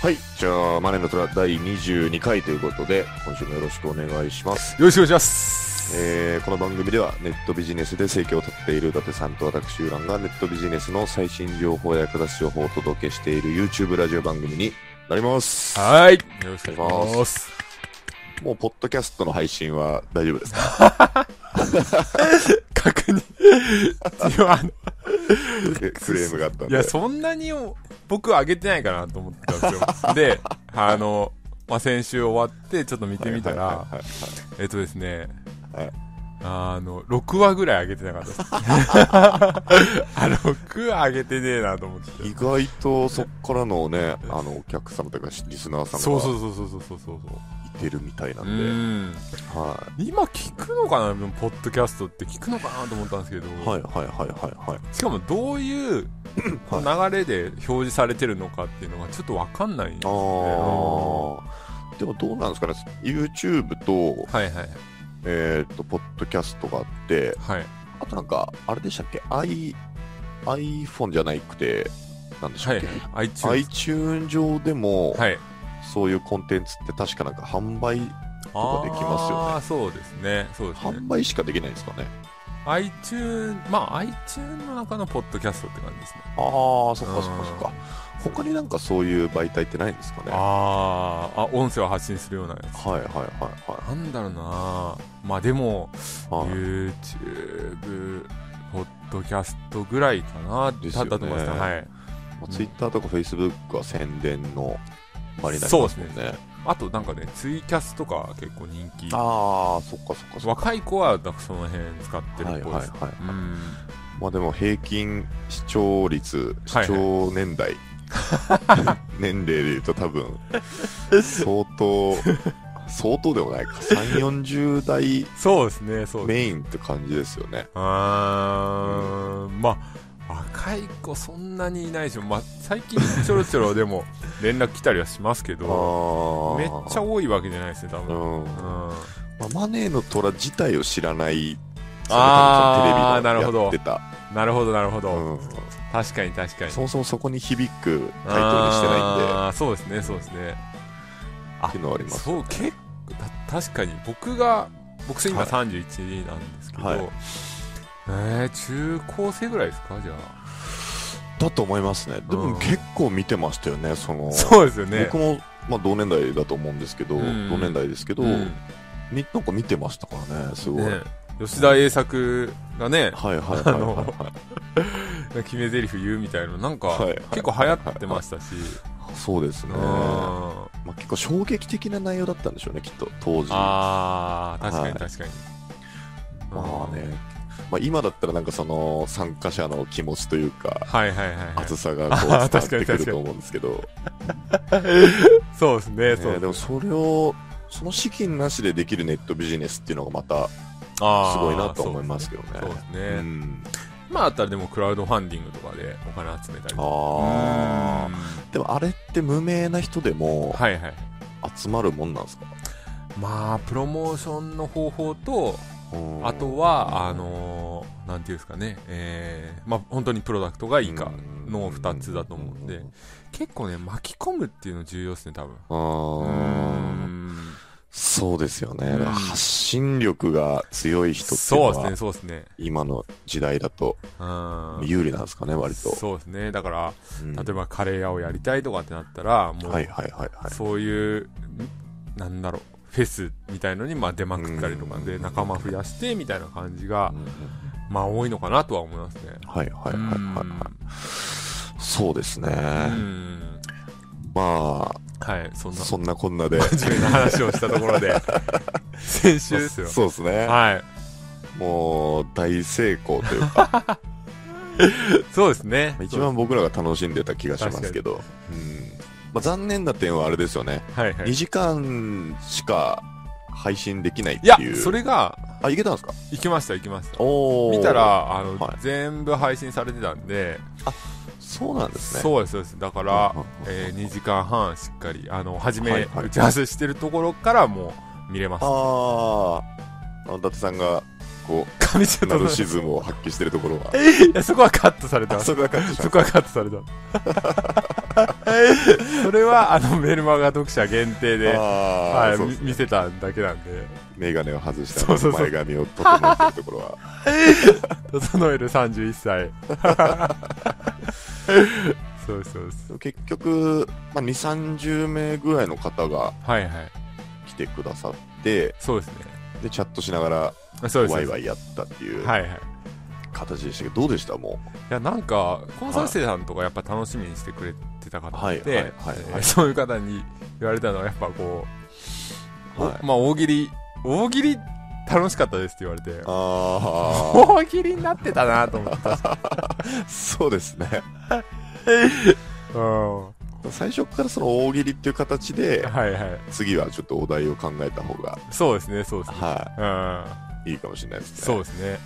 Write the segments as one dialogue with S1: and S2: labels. S1: はい。じゃあ、マネーの虎第22回ということで、今週もよろしくお願いします。
S2: よろしくお願いします。
S1: えーこの番組ではネットビジネスで生計を立っている伊達さんと私、ユーランがネットビジネスの最新情報や役立つ情報をお届けしている YouTube ラジオ番組になります。
S2: はい。よろしくお願いします。
S1: もう、ポッドキャストの配信は大丈夫です か
S2: 確認。今 あの
S1: えクレームがあったん
S2: い
S1: で。
S2: や、そんなに僕上げてないかなと思ってたんです よ。で、あの、まあ、先週終わってちょっと見てみた
S1: はい
S2: ら
S1: はい、はいはい
S2: えっとですね、
S1: はい
S2: あの、6話ぐらい上げてなかった です。あ、6話上げてねえなと思って。
S1: 意外とそっからのね、あの、お客様というか、リスナーさん
S2: そうそ
S1: が
S2: うそうそうそうそうそう。
S1: いてるみたいな
S2: う
S1: で、
S2: んん。
S1: は
S2: 今聞くのかなでもポッドキャストって聞くのかなと思ったんですけど、
S1: い。はいはいはいはいはい。
S2: しかもど ういう
S1: はい
S2: 流れで表示されてるのかっていうのがちょっとわかんないんです
S1: あ
S2: よ
S1: ーでもどうなんですかね、YouTube と
S2: ね。、はいはい
S1: えっ、と、ポッドキャストがあって、
S2: はい。
S1: あとなんか、あれでしたっけ、i、iPhone じゃなくて、なんでした
S2: は
S1: っ
S2: い
S1: け、
S2: はい。
S1: iTune
S2: iTunes。
S1: 上でも、
S2: はい。
S1: そういうコンテンツって確かなんか販売、こできますよね
S2: ああ、そうですね。そうですね
S1: 販。売しかできないんですかね。
S2: iTune、まあ iTune の中のポッドキャストって感じですね。
S1: ああ、そっ
S2: う
S1: か
S2: ん
S1: そっかそっか。他になんかそういう媒体ってないんですかね。は
S2: あーあ、音声を発信するようなや
S1: い
S2: つ。
S1: はいはいは
S2: なんだろうなまあでも、
S1: い。はい
S2: YouTube、ポッドキャストぐらいかなって、
S1: です
S2: だ
S1: よ
S2: っ
S1: ね
S2: たと思いますね。はい。
S1: ま
S2: うん
S1: あ、Twitter とか Facebook は宣伝の場になります
S2: そ
S1: も
S2: う
S1: ん
S2: ですね
S1: ね。
S2: あとなんかね、ツイキャスとか結構人気。
S1: ああ、そっかそっかそっか。
S2: 若い子はだからその辺使ってる
S1: はい
S2: っ
S1: は
S2: ぽ
S1: い
S2: いで
S1: は
S2: す。
S1: い。
S2: うん。
S1: まあでも平均視聴率、
S2: はいはい
S1: 視聴年 代、年齢で言うと多分、相当、相当でもないか、3、40代
S2: そうですね、そうですね。
S1: メインって感じですよね。
S2: あーん、まあ、若い子そんなにいないでしょ。まあ、最近ちょろちょろで も連絡来たりはしますけ
S1: あ
S2: ど、
S1: ー
S2: めっちゃ多いわけじゃないですね、多
S1: う
S2: 分。
S1: ん。
S2: うん。
S1: まあマネーの虎自体を知らない、その多分そのテレ
S2: あーなる
S1: ビのやっ
S2: なるほど、なるほど。
S1: てた。うん
S2: 確かに確かに。
S1: そもそもそこに響くタイトルにしてないんで、っ
S2: あーそうですね、そうですね。
S1: ていうのはあります。
S2: そう結構た確かに僕が僕今
S1: はい
S2: 31なんですけど、
S1: はい
S2: えー、中高生ぐらいですかじゃあ
S1: だと思いますね。で
S2: うん
S1: も結構見てましたよね、その。
S2: そうですよね
S1: 僕も、まあ、同年代だと思うんですけど、
S2: うん
S1: 同年代ですけど、
S2: うん
S1: みなんか見てましたからね、すごい。
S2: ね吉田栄作がね
S1: はいはいはいはい
S2: あ
S1: は
S2: の決め台詞言うみたいなのなんか、
S1: はいはいはい
S2: 結構流行ってました
S1: い。
S2: し、
S1: そうですね。ま
S2: あ
S1: あ、結構衝撃的な内容だったんでしょうね、きっと、当時。ま
S2: あー確かに
S1: は
S2: 確かに、
S1: あね。まあ、今だったらなんかその参加者の気持ちというか、
S2: はいはいはいはい、
S1: 熱さがこう伝わっ
S2: あー
S1: てく
S2: 確かに確
S1: る
S2: かに
S1: と思うんですけど、
S2: そうですね
S1: ね
S2: そうす
S1: でもそれを、その資金なしでできるネットビジネスっていうのがまた
S2: あー
S1: すごいなと思いますけどね。
S2: そうですね、
S1: うん
S2: まああったらでもクラウドファンディングとかでお金集めたりとか
S1: ああ。でもあれって無名な人でも
S2: はいはい
S1: 集まるもんなんですか、
S2: まあプロモーションの方法と
S1: うん
S2: あとはあのーなんていうんですかねえー、まあ本当にプロダクトがいいかの2つだと思うんで結構ね巻き込むっていうの重要ですね多分
S1: う
S2: うんん
S1: そうですよね
S2: うん
S1: 発信力が強い人っていう
S2: そ
S1: の
S2: うですね
S1: は
S2: そうですね
S1: 今の時代だと
S2: うん
S1: 有利なんですかね割と
S2: そうですねだから
S1: うん
S2: 例えばカレー屋をやりたいとかってなったらもう
S1: はいはいはいはい
S2: そういう、んなんだろう、フェスみたいのにまあ出まくったりとかで、
S1: うん
S2: 仲間増やしてみたいな感じが
S1: う、ん
S2: まあ多いのかなとは思いますね。
S1: はいはいはいはいはいそうですね
S2: うんうん
S1: ま
S2: はい、そん
S1: あ
S2: な、
S1: そんなこんな で
S2: 真面目な話をしたところ で、先週ですよ。
S1: そうですね
S2: は
S1: もう大成功というか
S2: い、そうですね。
S1: 一番僕らが楽しんでた気がしますけど、うんまあ、残念な点はあれですよね、
S2: はいはい。
S1: 2
S2: い
S1: 時間しか配信できないって
S2: や
S1: いう、
S2: それが、
S1: あいけたんですか
S2: 行きました行きました。
S1: おー
S2: 見たら、あの、
S1: はい
S2: 全部配信されてたんで、
S1: そうなんですね。
S2: そうですそうですだから
S1: うんうんうん、
S2: え2時間半しっかりあの初め、
S1: はいはい
S2: 打ち合わせしてるところからもう見れます
S1: ああ、あの伊達さんが、こう、
S2: 噛みちゃっ
S1: ナ
S2: た
S1: ルシズムを発揮してるところは。
S2: いやそこはカットされた
S1: あそこはカットした
S2: そこはカットされた それはあのメルマガ読者限定で、
S1: あ
S2: は
S1: あ、
S2: い
S1: そうですね
S2: 見せただけなんで
S1: メガネを外した
S2: そうそうそう
S1: 前髪を整えてるところは。
S2: 整える31歳 そうですそうです
S1: 結局、まあ、2、30名ぐらいの方が
S2: はいはい
S1: 来てくださって、
S2: そうですね
S1: で、チャットしながら、
S2: あそうです
S1: ワイ
S2: そう
S1: ワ
S2: で
S1: イやったってい
S2: す
S1: う
S2: はいはい
S1: 形でしたけど、どうでしたも
S2: いやなんかコンサル生さんとかやっぱ楽しみにしてくれてた方って、
S1: はいはいはいはい
S2: えーそういう方に言われたのはやっぱこう、
S1: う。はい。
S2: まあ大喜利大喜利楽しかったですって言われて
S1: あ
S2: 大喜利になってたなと思 って、
S1: あ、 そうですね。
S2: う
S1: 最初からその大喜利っていう形で
S2: ん、、はいはい
S1: 次はちょっとお題を考えた方が、
S2: そうですねそうですね
S1: は
S2: うん
S1: い、いいかもしれないですね。
S2: そう
S1: う
S2: で すね
S1: ん。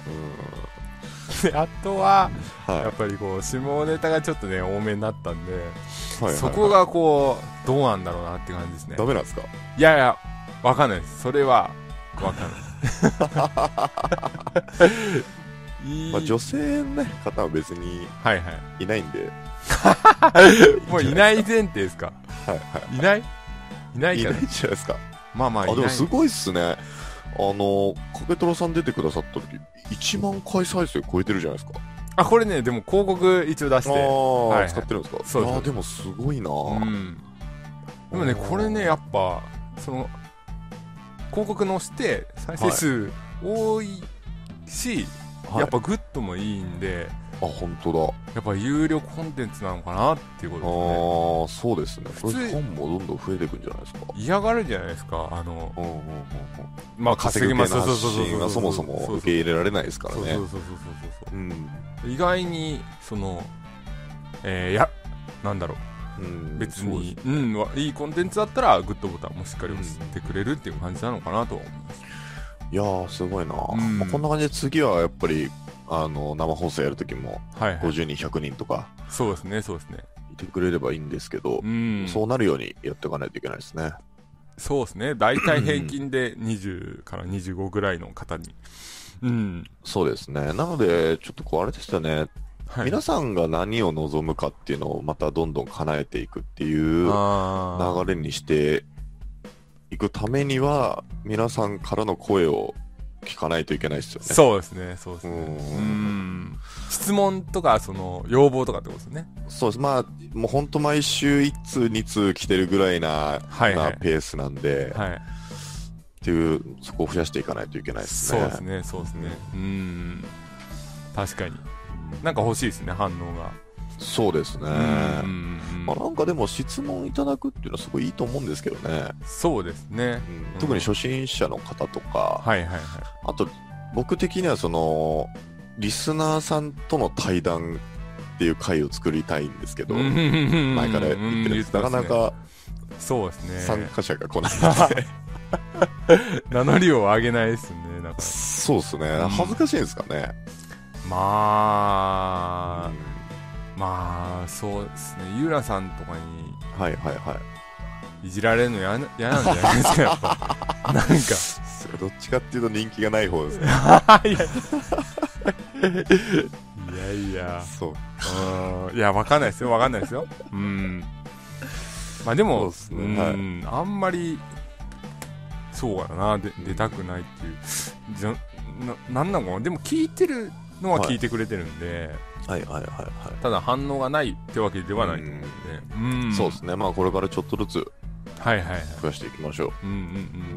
S2: であとは
S1: はい
S2: やっぱりこう下ネタがちょっとね多めになったんで、
S1: はいはいはい
S2: そこがこうどうなんだろうなって感じですね
S1: ダメなんですか
S2: いやいやわかんないですそれはわかんない いい
S1: まあ、女性の、ね、方は別に
S2: はいはい
S1: いないんで、
S2: もういない前提ですか
S1: はいはい
S2: ないいない
S1: い、い
S2: か
S1: な
S2: ら
S1: いじゃないですか。
S2: まあまあ
S1: あ
S2: いない
S1: でもすごいっすね。あの、かけとろさん出てくださった時、1万回再生超えてるじゃないですか。
S2: あこれねでも広告一応出し
S1: あ
S2: て
S1: あ、
S2: はいはい
S1: 使ってるんですか
S2: そうです
S1: あーでもすごいな、
S2: うんでもねこれねやっぱその広告のして再生数多いし、
S1: はい
S2: やっぱグッドもいいんで
S1: あ、本当だ。
S2: やっぱ有料コンテンツなのかなっていうこと
S1: ああ
S2: ですね
S1: ー、そうですね。こ
S2: 普
S1: れ、
S2: 通
S1: 本もどんどん増えていくんじゃないですか。
S2: 嫌がるじゃないですかあの
S1: うんうんうんうん
S2: まあ
S1: 稼
S2: 稼
S1: ぎ
S2: ぎ
S1: ま
S2: ますす
S1: 発信がそもそも受け入れられないですから
S2: そうそう
S1: ね
S2: そうそうそうそう
S1: うん
S2: そう意外にそのえー、いやなんだろ
S1: うん
S2: う別にうんわいいコンテンツだったらグッドボタンもしっかり押してくれるっていう感じなのかなとは思います
S1: いやーすごいな、
S2: ん
S1: まあ、こんな感じで次はやっぱりあの生放送やるときも
S2: はいはい
S1: 50人100人とか
S2: そうですねそうですね
S1: いてくれればいいんですけど
S2: う、ん
S1: そうなるようにやっていかないといけないですね
S2: そうですね大体平均で20から25ぐらいの方にうん
S1: そうですねなのでちょっとこうあれでしたね、
S2: はい
S1: 皆さんが何を望むかっていうのをまたどんどん叶えていくっていう
S2: あ
S1: 流れにしていくためには皆さんからの声を聞かないといけないですよ
S2: ー
S1: ね
S2: そうですねそうですね
S1: うん
S2: うん質問とかその要望とかってことですね
S1: そうです。まあ、もう本当毎週1通、2通来てるぐらいな、
S2: はいはい
S1: なペースなんで、
S2: はい
S1: っていう、そこを増やしていかないといけないです
S2: そう
S1: ね。
S2: ですねそうですねうん確かになんか欲しいですね反応が
S1: そうですね。
S2: うんうん
S1: まあ、なんかでも質問いただくっていうのはすごいいいと思うんですけどね。
S2: そうですね
S1: うん特に初心者の方とか、
S2: はいはいはい
S1: あと、僕的にはその、リスナーさんとの対談っていう回を作りたいんですけど、前
S2: 前
S1: から言ってるんです。なかなか
S2: そうです
S1: 参
S2: ね
S1: 加者が来ない。
S2: 名乗りを上げないですねなんか
S1: そうですね
S2: うん。
S1: 恥ずかしいんですかね。
S2: まあ
S1: う、ん
S2: まあ、そうですね。ゆうらさんとかに
S1: はいはいはい。
S2: いじられるのやな嫌なんじゃないですか、やっぱ。なん
S1: それどっちかっていうと人気がない方ですね。
S2: か。いやいや。
S1: そう。
S2: うんいや、わかんないですよ、わかんないですよ。うん。まあでも、
S1: そうですねはい
S2: んあんまり、そうかな、で出たくないっていう。じゃな、なんなのかなでも聞いてるのは聞いてくれてるんで、
S1: はいはいはいは
S2: ただ反応がないってわけではないと思うんで。うん
S1: そうですね。まあこれからちょっとずつ
S2: はいはいはい。
S1: 増やしていきましょ
S2: うんうん
S1: う。
S2: う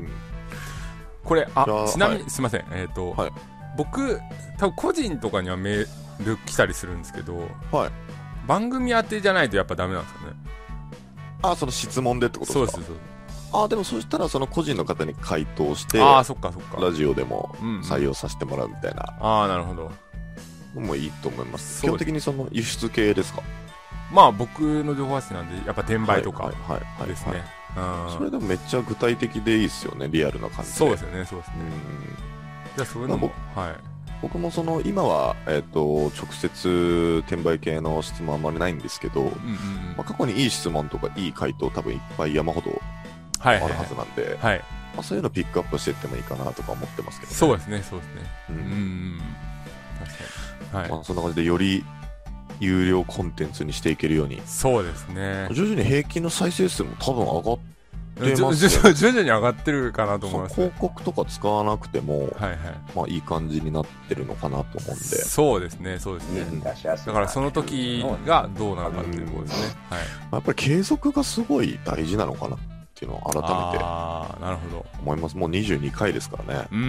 S2: ん。これ、あ
S1: じゃあ、
S2: ちなみに、すいません。えっ、と、
S1: はい
S2: 僕、多分個人とかにはメール来たりするんですけど、
S1: はい
S2: 番組宛てじゃないとやっぱダメなんですかね。
S1: あ、その質問でってこと
S2: そう
S1: で
S2: ですす
S1: か
S2: そうで
S1: あ、でもそしたらその個人の方に回答して
S2: す。、ああ、そっかそっか。
S1: ラジオでも
S2: うんうん
S1: 採用させてもらうみたいな
S2: ああ、なるほど。
S1: のもいいと思います。基
S2: そう
S1: 本
S2: です
S1: 的にその輸出系ですか
S2: まあ、僕の情報発信なんで、やっぱ転売とか
S1: はいはいはいはい。
S2: ですね。
S1: そ
S2: うん
S1: れでもめっちゃ具体的でいいですよね、リアルな感じで。
S2: そうですよね、そうですね。
S1: うん
S2: じゃあ、そういうのも、はい。
S1: 僕もその今は、えっと直接転売系の質問あんまりないんですけど、
S2: うんうんうん
S1: まあ、過去にいい質問とかいい回答多分いっぱい山ほど
S2: は
S1: あ
S2: い
S1: る
S2: はい
S1: はずなんで、
S2: はい、はい、
S1: まあ、そういうのピックアップしていってもいいかなとか思ってますけど、ね、
S2: そうですねそうですね
S1: う
S2: うんうんん確かには
S1: ま
S2: い
S1: あ、そんな感じでより有料コンテンツにしていけるように
S2: そうですね
S1: 徐々に平均の再生数も多分上がっ
S2: じ
S1: 出
S2: ょ
S1: ますよ
S2: 徐々徐々に上がってるかなと思
S1: そう
S2: いますね
S1: 広告とか使わなくても、
S2: はいはい
S1: まあ、いい感じになってるのかなと思うんで
S2: そうですねそうですね、
S1: うん
S3: 出しやすい
S2: だからその時がどうなのかっていうことですね、はい
S1: まあやっぱり継続がすごい大事なのかなっていうのを改めて
S2: ああなるほど
S1: 思います。もう22回ですからね。
S2: うーん
S1: う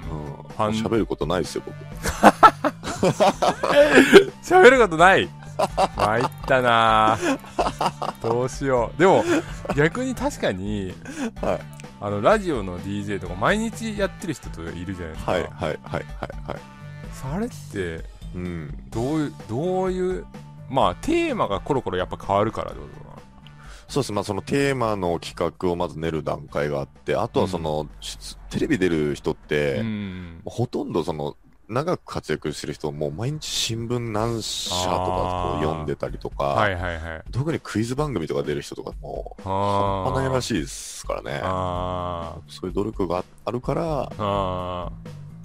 S1: ん。
S2: 半
S1: 喋ることないですよ、僕。
S2: 喋ることない参ったなあ どうしようでも逆に確かに、
S1: はい
S2: あのラジオの DJ とか毎日やってる人とかいるじゃないですか、
S1: はい、はい、はい、はい、はい。
S2: それって
S1: うん。
S2: どういうどういうまあテーマがコロコロやっぱ変わるからってことか
S1: そうです。まあ、そのテーマの企画をまず練る段階があって、あとはその、しテレビ出る人っ
S2: な、
S1: て、
S2: うん
S1: ほとんどその、長く活躍してる人、もう毎日新聞何社とかこ
S2: あー
S1: う読んでたりとか、
S2: はいはいはい
S1: 特にクイズ番組とか出る人とかも、
S2: あ
S1: 半端ないら
S2: い
S1: しいですからね。
S2: あ
S1: そういう努力があるから、
S2: ーあ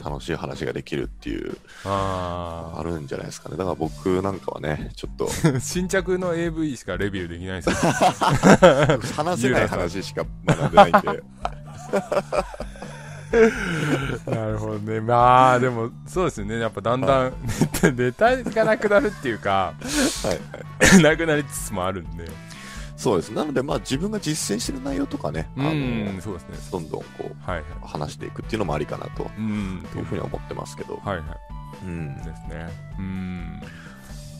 S1: 楽しい話ができるっていう、
S2: ーあ
S1: あるんじゃないですかね。だから僕なんかはね、ちょっ と、
S2: ー新着の AV しかレビューできないですよ
S1: 話せない話しか学んでないん で。
S2: なるほどね。まあ、でも、そうですよね。やっぱだんだん、 ネタがなくなるっていうか、
S1: はいはい、
S2: なくなりつつもあるんで。
S1: そうです。なので、まあ自分が実践してる内容とかね、
S2: う
S1: あの
S2: ん、そうですね。
S1: どんどんこ
S2: はいはい。
S1: う、話していくっていうのもありかなと
S2: うん、
S1: いうふうに思ってますけど。
S2: はいは
S1: うん
S2: い。ですね。うん。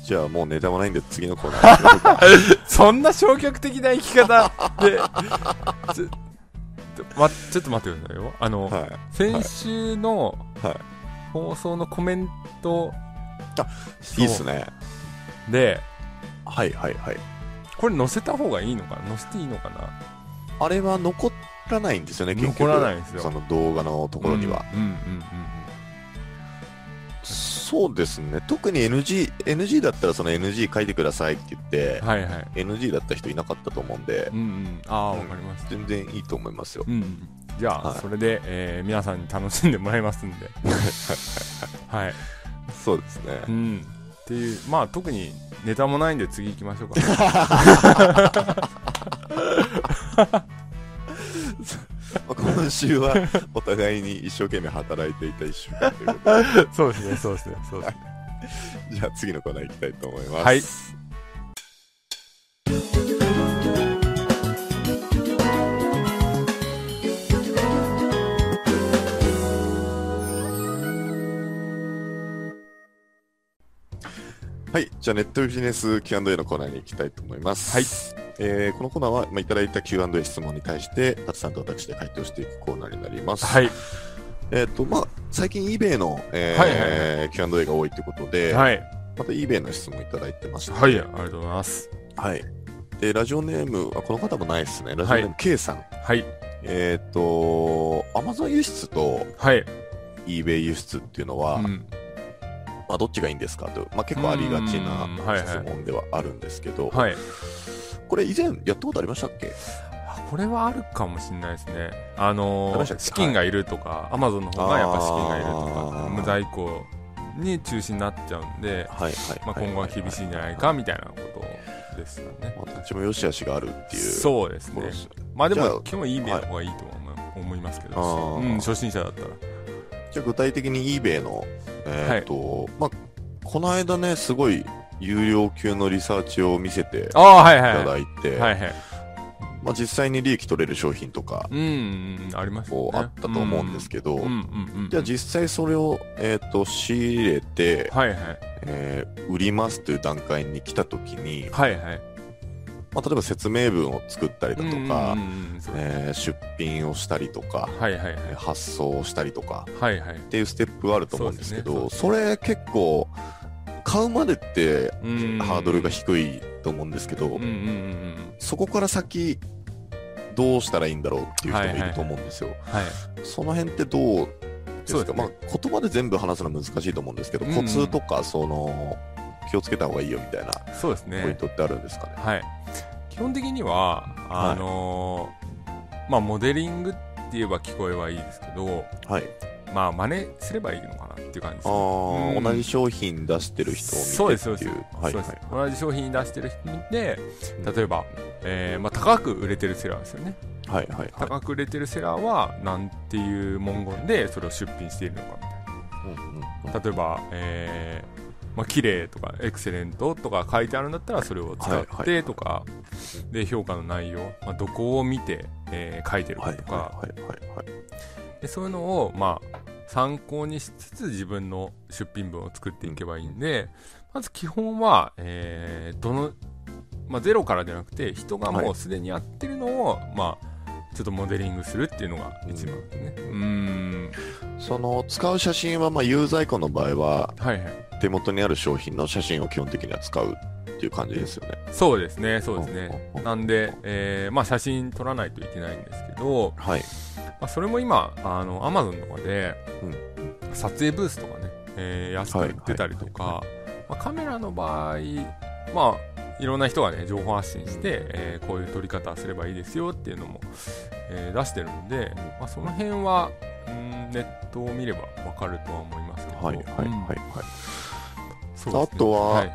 S1: じゃあもうネタもないんで次のコーナー行きましょうか。
S2: そんな消極的な生き方で、 ちょちょま、ちょっと待ってくださいよ。あの、
S1: はい。
S2: 先週の
S1: はい
S2: 放送のコメント
S1: いいっすね。
S2: で、
S1: はいはいはい。
S2: これ載せた方がいいのかな載せていいのかな
S1: あれは残らないんですよね、結局。
S2: 残らないんですよ
S1: その動画のところには。。
S2: うんうんうんうん。
S1: そうですね。特に NG、NG だったらその NG 書いてくださいって言って、
S2: はいはい。
S1: NG だった人いなかったと思うんで
S2: う、んうん、ああ、
S1: うん
S2: わかりました。
S1: 全然いいと思いますよ。
S2: うんうん、じゃあ、
S1: はい
S2: それで、えー皆さんに楽しんでもらいますん で。はい、
S1: そうですね
S2: う。ん。っていう、まあ特にネタもないんで次行きましょうか。
S1: まあ今週はお互いに一生懸命働いていた一週間ということで、
S2: そうですね、そうですね、そうですね。
S1: じゃあ次のコーナー行きたいと思います。
S2: はい
S1: はい、じゃあネットビジネス Q&A のコーナーに行きたいと思います。
S2: はい。
S1: えーこのコーナーは、まあ、いただいた Q&A 質問に対して、たつさんと私で回答していくコーナーになります。
S2: はい、
S1: えっ、と、まあ、最近 eBay の、えー
S2: はいはい
S1: Q&A が多いということで、
S2: はい、
S1: また eBay の質問いただいてました。
S2: はい、ありがとうございます。
S1: はい。で、ラジオネーム、あこの方もないですね。ラジオネーム、
S2: は
S1: K さん。
S2: はい、
S1: えっ、と、Amazon 輸出と
S2: はい、
S1: eBay 輸出っていうの
S2: う
S1: は、ま
S2: ん、
S1: あ、どっちがいいんですかと、まあ、結構ありがちな
S2: うんはいはい
S1: 質問ではあるんですけど、
S2: はい。
S1: これ以前やったことありましたっけ
S2: あこれはあるかもしれないですね。あ
S1: あり
S2: の
S1: ましたっ
S2: ー、
S1: け
S2: 資金がいるとか、アマゾンの方がやっぱ資金がいると
S1: あー
S2: か、無在庫に中止になっちゃうんで、
S1: はいはい。
S2: まあ、今後は厳しいんじゃないかみたいなことですよね。
S1: まあ、どっちも良し悪しがあるっていう。う
S2: そうですね。まあで
S1: じゃあ
S2: も、基本 eBay の方がいいとは思う思いますけ
S1: あ
S2: ど、
S1: ー
S2: うん、初心者だったら。
S1: じゃあ具体的に eBay の、えっ、と、まあ、この間ね、すごい有料級のリサーチを見せてい
S2: ああ、はいはい
S1: た
S2: は
S1: だいて、
S2: い。はいはい。
S1: まあ、実際に利益取れる商品とか、
S2: うんうん、あります
S1: こう
S2: よね。
S1: あったと思うんですけど、
S2: うんうんうんうん。
S1: じゃあ実際それを、えー、と仕入れて、
S2: はいはい。
S1: えー売りますという段階に来た時に、
S2: はいはい。
S1: まあ、例えば説明文を作ったりだとか、
S2: うんうんうんそう
S1: えー出品をしたりとか、
S2: はいはいはい
S1: えー。発送をしたりとか
S2: はいはい。
S1: っていうステップがあると思うんですけどそれ結構買うまでって
S2: うん
S1: ハードルが低いと思うんですけど、
S2: うんうんうんうん。
S1: そこから先どうしたらいいんだろうっていう人もいると思うんですよ。
S2: はい。
S1: その辺ってどうですか
S2: そう
S1: ま
S2: で
S1: あ
S2: すね、
S1: 言葉で全部話すのは難しいと思うんですけど、
S2: うん
S1: コツとかその気をつけた方がいいよみたいな
S2: そうです
S1: ポイン
S2: ね。
S1: トってあるんですかね。
S2: はい。基本的には、あのーまあ、モデリングって言えば聞こえはいいですけど、
S1: はい、
S2: まあ、真似すればいいのかなっていう感じです
S1: あ
S2: ね。
S1: ー
S2: うん
S1: 同じ商品出してる人を見てっていう。
S2: そうですそうです
S1: はい
S2: そ
S1: はい
S2: うです同じ商品出してる人で例えば、えーまあ、高く売れてるセラーですよね
S1: はいはいはい
S2: 高く売れてるセラーはなんていう文言でそれを出品しているのかみたい
S1: うんうんうん
S2: な例えばえーまあ綺麗とかエクセレントとか書いてあるんだったらそれを使っ
S1: はいは
S2: てとか、で評価の内容、まあ、どこを見て、えー書いてる
S1: は
S2: か
S1: い
S2: とか、
S1: はいはいはいはい
S2: でそういうのをまあ参考にしつつ自分の出品文を作っていけばいいんで、まず基本は、えーどの、まあ、ゼロからじゃなくて人が
S1: はい
S2: も
S1: う
S2: すでにやってるのを、まあちょっとモデリングするっていうのが一番ですねうんん
S1: その使う写真は、まあ、ユーザーイコンの場合は
S2: はいはい
S1: 手元にある商品の写真を基本的には使うっていう感じですよね。
S2: そうですねそうですね
S1: うん
S2: なんで、えーまあ、写真撮らないといけないんですけど、
S1: はい、
S2: まあ、それも今あの Amazon とかで、
S1: うん
S2: 撮影ブースとかね、えー安く売ってたりとか、
S1: は
S2: まあ、カメラの場合まあいろんな人がね情報発信して、えーこういう撮り方すればいいですよっていうのも、えー出してるんで、まあ、その辺はうんネットを見ればわかるとは思いますけど、
S1: はいはいはい
S2: うん
S1: はい。
S2: そうですね
S1: あとは
S2: いう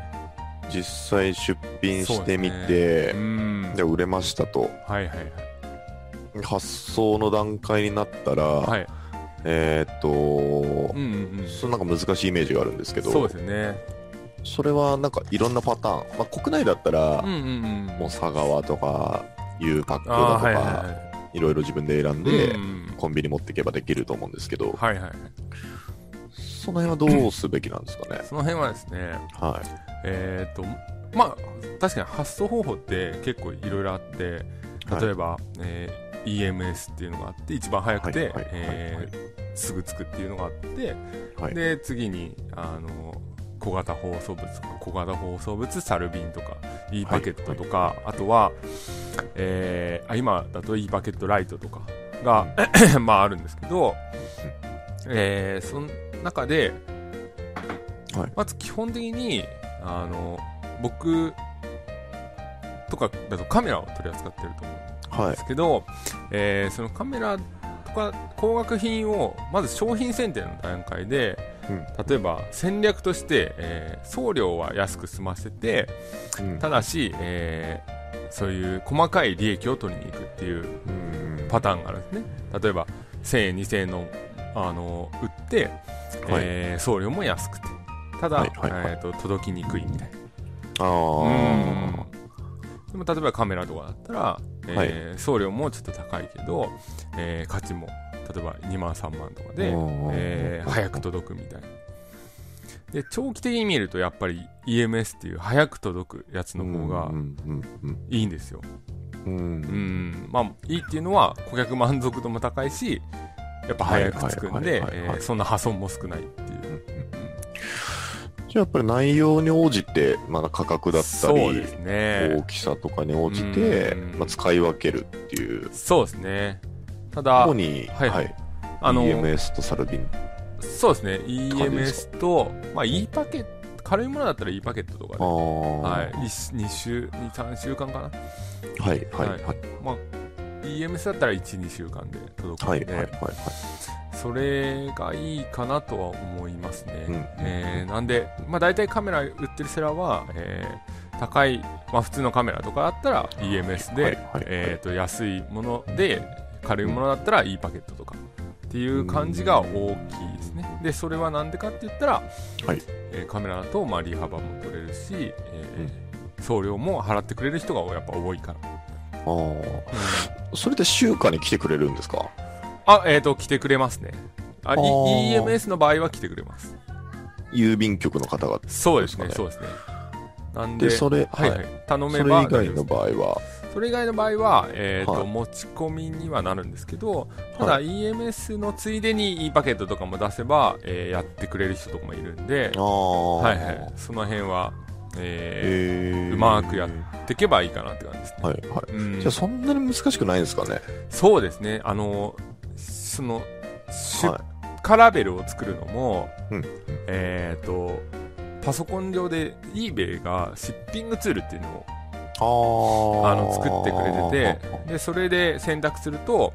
S1: 実際出品してみて、
S2: ん
S1: で売れましたと
S2: はいはいはい
S1: 発送の段階になったら、
S2: はい
S1: えーっと
S2: う、んうんうん
S1: そのなんか難しいイメージがあるんですけど
S2: そうですね
S1: それはなんかいろんなパターン、まあ、国内だったら、
S2: うんうんうん
S1: もう佐川とか遊郭だとか、
S2: ああー
S1: い
S2: はいはいはい
S1: ろいろ自分で選んで、
S2: うんうん
S1: コンビニ持っていけばできると思うんですけど、
S2: はいはいはい
S1: その辺はどうすべきなんですかね、
S2: その辺はですね
S1: はい
S2: えっ、とまあ確かに発送方法って結構いろいろあって例えば、えー EMS っていうのがあって一番早く
S1: はい
S2: て、
S1: はいはいはい
S2: えーすぐ着くっていうのがあって、
S1: はい
S2: で次にあの小型放送物小型放送物サルビンとか E パケットとか、あとは、えーあ今だと E パケットライトとかが、 まああるんですけど、えーその中で、
S1: はい
S2: まず基本的にあの僕とかだとカメラを取り扱ってると思うん
S1: は
S2: で
S1: い
S2: すけど、えーそのカメラとか高額品をまず商品選定の段階で、
S1: うん
S2: 例えば戦略として、えー送料は安く済ませて
S1: うん
S2: ただし、えーそういう細かい利益を取りに行くっていう
S1: うん
S2: パターンがあるんですね例えば1000円2000円のあの売って、
S1: はい
S2: えー送料も安くてただ、
S1: はいはいはい
S2: えーと届きにくいみたいな
S1: あー
S2: でも例えばカメラとかだったら、えー送料もちょっと高いけど、えー価値も例えば2万3万とかで、
S1: うん
S2: えー早く届くみたいなで長期的に見るとやっぱり EMS っていう早く届くやつの方が
S1: うんうん
S2: いいんですよ、
S1: うんうん
S2: うんまあいいっていうのは顧客満足度も高いしやっぱ早く着くん
S1: はい
S2: で
S1: はいはいはい
S2: えーそんな破損も少ないっていう
S1: じゃあやっぱり内容に応じて、まあ、価格だった
S2: そう
S1: り、
S2: ですね
S1: 大きさとかに応じて、
S2: うん
S1: まあ、使い分けるっていう
S2: そうですねた
S1: こ
S2: だ
S1: こに、
S2: はいはいあの
S1: EMS とサルビン
S2: そうですね
S1: 感じです
S2: EMS と、まあ、E パケット軽いものだったら E パケットとか
S1: あ
S2: で、
S1: ー
S2: はい、2, 週二3週間かな、
S1: はいはいはいはい
S2: まあ、EMS だったら12週間で届く
S1: は
S2: ん
S1: い
S2: で、
S1: はいはい
S2: それがいいかなとは思いますね、
S1: うん
S2: えーなんで、まあ、大体カメラ売ってるセラは、えー高い、まあ、普通のカメラとかだったら EMS で、
S1: はいはいはい
S2: えー、と安いもので軽いものだったら E パケットとかっていう感じが大きいですねでそれはなんでかって言ったら、
S1: はい
S2: えーカメラだと、まあ、利幅も取れるし、えー送料も払ってくれる人がやっぱ多いから、
S1: あーそれで週間に来てくれるんですか
S2: あえっ、と来てくれますねあい
S1: あー
S2: EMS の場合は来てくれます
S1: 郵便局の方が
S2: そうですね、
S1: ですか
S2: そうですね。なんで、
S1: でそれ、
S2: はい、はい、頼
S1: そ
S2: め
S1: れ以
S2: ば
S1: 外の
S2: 大丈夫です
S1: 場合は
S2: それ以外の場合は、えーと
S1: はい
S2: 持ち込みにはなるんですけど、ただ
S1: は
S2: EMS のついでに E パケットとかも出せば、えーやってくれる人とかもいるんで、
S1: ああ
S2: はいはい、その辺は、え
S1: えー、
S2: うまくやっーやっていけばいいかなって感じですね。
S1: はいは
S2: うん
S1: いじゃあそんなに難しくないんですかね
S2: そうですね、あの、その、出
S1: は
S2: カラベルを作るのも、
S1: うん
S2: えっ、と、パソコン上で eBay がシッピングツールっていうのを
S1: あ
S2: あの作ってくれてて、で、それで選択すると、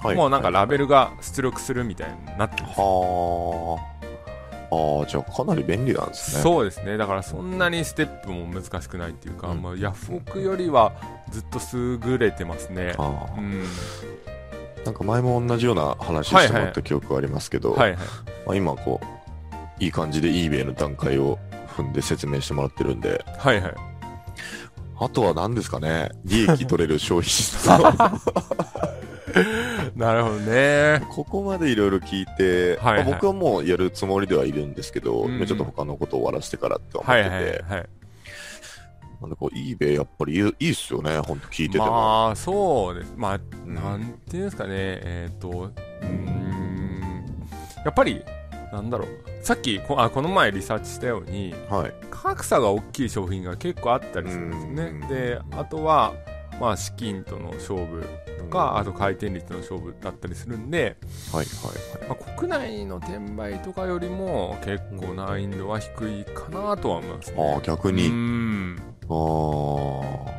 S1: て、はい
S2: もうなんかラベルが出力するみたいになってるんですよ
S1: はあああじゃあかなり便利なんですね
S2: そうですねだからそんなにステップも難しくないっていうか、
S1: うん
S2: まあ、ヤフオクよりはずっと優れてますね
S1: あー
S2: うん
S1: なんか前も同じような話してもらった記憶がありますけど、
S2: はいはい
S1: まあ、今こういい感じで eBay の段階を踏んで説明してもらってるんで
S2: はいはい
S1: あとは何ですかね利益取れる消費 者
S2: なるほど ね
S1: ここまでいろいろ聞いて、
S2: はいはい
S1: まあ僕はもうやるつもりではいるんですけど、
S2: うん
S1: まあちょっと他のことを終わらせてからって思っ
S2: は
S1: て
S2: い
S1: て、
S2: はいはい
S1: なんでこう eBay やっぱりいいいいっすよね本当聞いてても、
S2: まあそうですまあ、
S1: うん
S2: なんていうんですかねえっ、とうーんやっぱりなんだろうさっきこあこの前リサーチしたように
S1: はい
S2: 価格差が大きい商品が結構あったりするんですよ
S1: うん
S2: ね。であとは、まあ、資金との勝負と
S1: うん
S2: かあと回転率の勝負だったりするんで、
S1: はいはいはい
S2: まあ、国内の転売とかよりも結構難易度は低いかなとは思います
S1: あ
S2: ね
S1: あ。逆に、
S2: うん
S1: ああ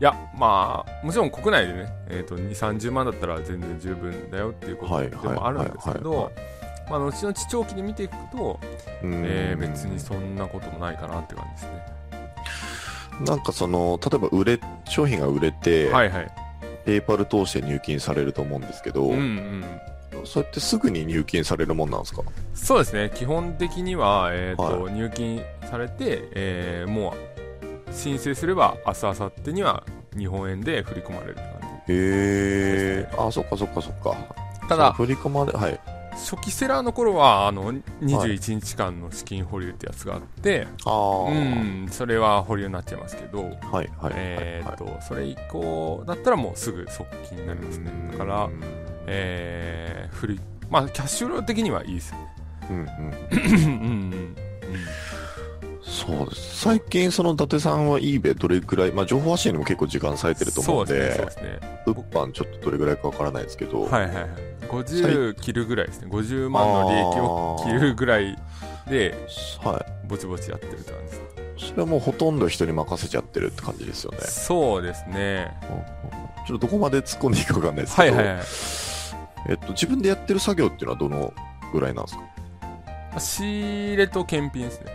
S2: いやまあもちろん国内でね、えー、と2 3 0万だったら全然十分だよっていうこと
S1: はい
S2: でもあるんですけ
S1: はいは
S2: どまあ後々長期で見ていくと、えー別にそんなこともないかなって感じですね。
S1: なんかその例えば売れ商品が売れて、
S2: はいはい。
S1: ペーパル通して入金されると思うんですけど、
S2: うんうん
S1: そうやってすぐに入金されるもんなんですか
S2: そうですね基本的には、えーと
S1: は
S2: 入金されて、えーもう申請すれば明日明後日には日本円で振り込まれる感
S1: へえあそっかそっかそっか
S2: じただ
S1: その振り込まれはい
S2: 初期セラーの頃はあの21日間の資金保留ってやつがあって、
S1: ああ、
S2: うんそれは保留になっちゃいますけど、
S1: はいはいはい、はい
S2: えーとそれ以降だったらもうすぐ即金になりますねだから、えー振りまあキャッシュ量的にはいいですよね
S1: うんうん、
S2: うんうん
S1: そうです最近その伊達さんは eBay どれくらい、まあ、情報発信にも結構時間割いてると思うん
S2: そうで
S1: で
S2: すねそうですね
S1: 物販ちょっとどれくらいかわからないですけど、
S2: はいはいはい50切るぐらいですね50万の利益を切るぐらいで
S1: は
S2: ぼちぼちやってるって感じで
S1: い、それはもうほとんど人に任せちゃってるって感じですよね
S2: すそうですね
S1: ちょっとどこまで突っ込んでいいかわかんないです
S2: は
S1: け
S2: い
S1: ど、
S2: はいはい
S1: えっと、自分でやってる作業っていうのはどのぐらいなんですか
S2: 仕入れと検品ですね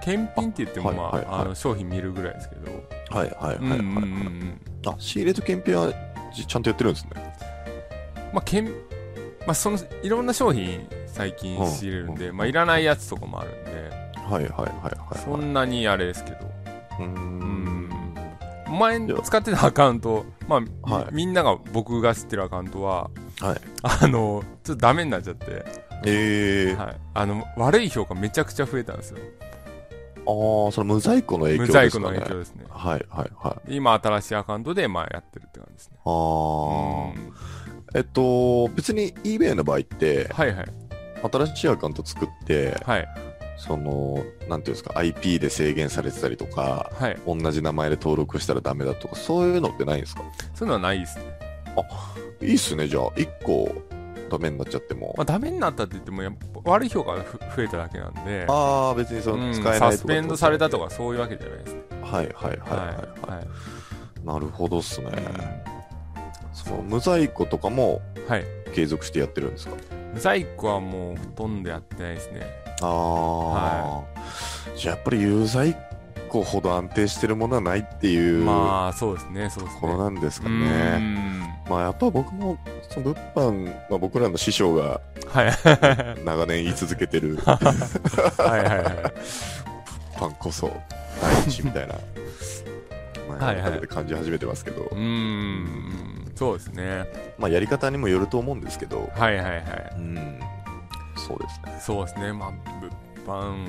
S2: 検品って言っても
S1: あ
S2: ま
S1: は
S2: あ,、
S1: いはいはい
S2: あの商品見るぐらいですけど、
S1: はいはい
S2: うんうんうん
S1: あ仕入れと検品はじちゃんとやってるんですね
S2: まあ検まあそのいろんな商品最近仕入れるんで、まあ、いらないやつとかもあるんで
S1: はいはいはいはい
S2: そ
S1: はい
S2: んなにあれですけど
S1: うーん
S2: 前
S1: いや
S2: 使ってたアカウント、まあみ
S1: はい
S2: みんなが僕が知ってるアカウントは、
S1: はい
S2: あのちょっとダメになっちゃって、
S1: えー、あ
S2: はい、あの悪い評価めちゃくちゃ増えたんですよ
S1: あその無在庫の影響
S2: 無
S1: ですかね
S2: 在庫の影響ですね
S1: はいはいはい
S2: で今新しいアカウントでまあやってるって感じですね
S1: あー、
S2: うん
S1: えっと別に eBay の場合って
S2: はいはい
S1: 新しいアカウント作って
S2: はい
S1: そのなんていうんですか IP で制限されてたりとか
S2: はい
S1: 同じ名前で登録したらダメだとかそういうのってないんですか
S2: そういうのはないですね、
S1: いいっすねじゃあ1個ダメになっちゃっても
S2: まあ、ダメになったって言ってもやっぱ悪い評価がふ増えただけなんで
S1: ああ、別にそ
S2: うん
S1: の使えないとかってこと
S2: サスペンドされたとかそういうわけじゃないですね
S1: はいはいはいはい、
S2: はいはい
S1: なるほどっすね。
S2: うん
S1: その無在庫とかも
S2: はい
S1: 継続してやってるんですか
S2: 無在庫はもうほとんどやってないですね
S1: ああ、じゃあやっぱり有在庫ほど安定してるものはないっていうと
S2: まあそうですねそうですね
S1: ころなんですか
S2: う
S1: ね。
S2: ん
S1: まあやっぱ僕もその物販、まあ、僕らの師匠が
S2: はいは
S1: 長年言い続けてる物
S2: いはいはい
S1: 販こそ第一みたいな。まあ
S2: はいはい
S1: 改めて感じ始めてますけど、
S2: うーんそうですね
S1: まあやり方にもよると思うんですけど、
S2: はいはいはい
S1: うん、そうですね。
S2: そうですねまあ物販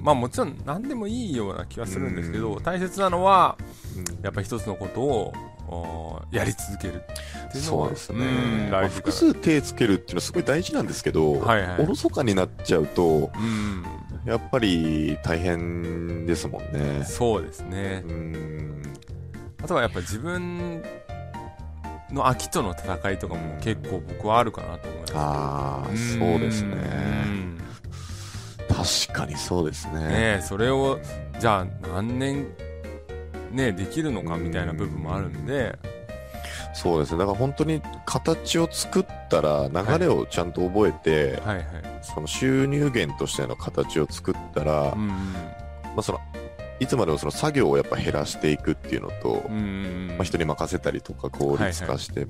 S2: まあもちろん何でもいいような気はするんですけど
S1: うん
S2: 大切なのは
S1: うん
S2: やっぱ一つのことをおーやり続けるっていうの
S1: そう
S2: は
S1: ですね
S2: ん、
S1: まあ
S2: 大事
S1: 複
S2: かな
S1: 数手つけるっていうのはすごい大事なんですけど、
S2: はいはい
S1: おろそかになっちゃうと
S2: うん
S1: やっぱり大変ですもんね
S2: そうですね
S1: うん
S2: あとはやっぱ自分の秋との戦いとかも結構僕はあるかなと思います
S1: ああ、
S2: ん
S1: そうですね。
S2: うん
S1: 確かにそうですね。
S2: ねえそれをじゃあ何年ねできるのかみたいな部分もあるんで
S1: そうですね。だから本当に形を作ったら流れをちゃんと覚えて、
S2: はいはい
S1: その収入源としての形を作ったら、
S2: う
S1: ま
S2: ん
S1: あそのいつまでもその作業をやっぱ減らしていくっていうのと、
S2: うんうんうん
S1: まあ、人に任せたりとか効率化して、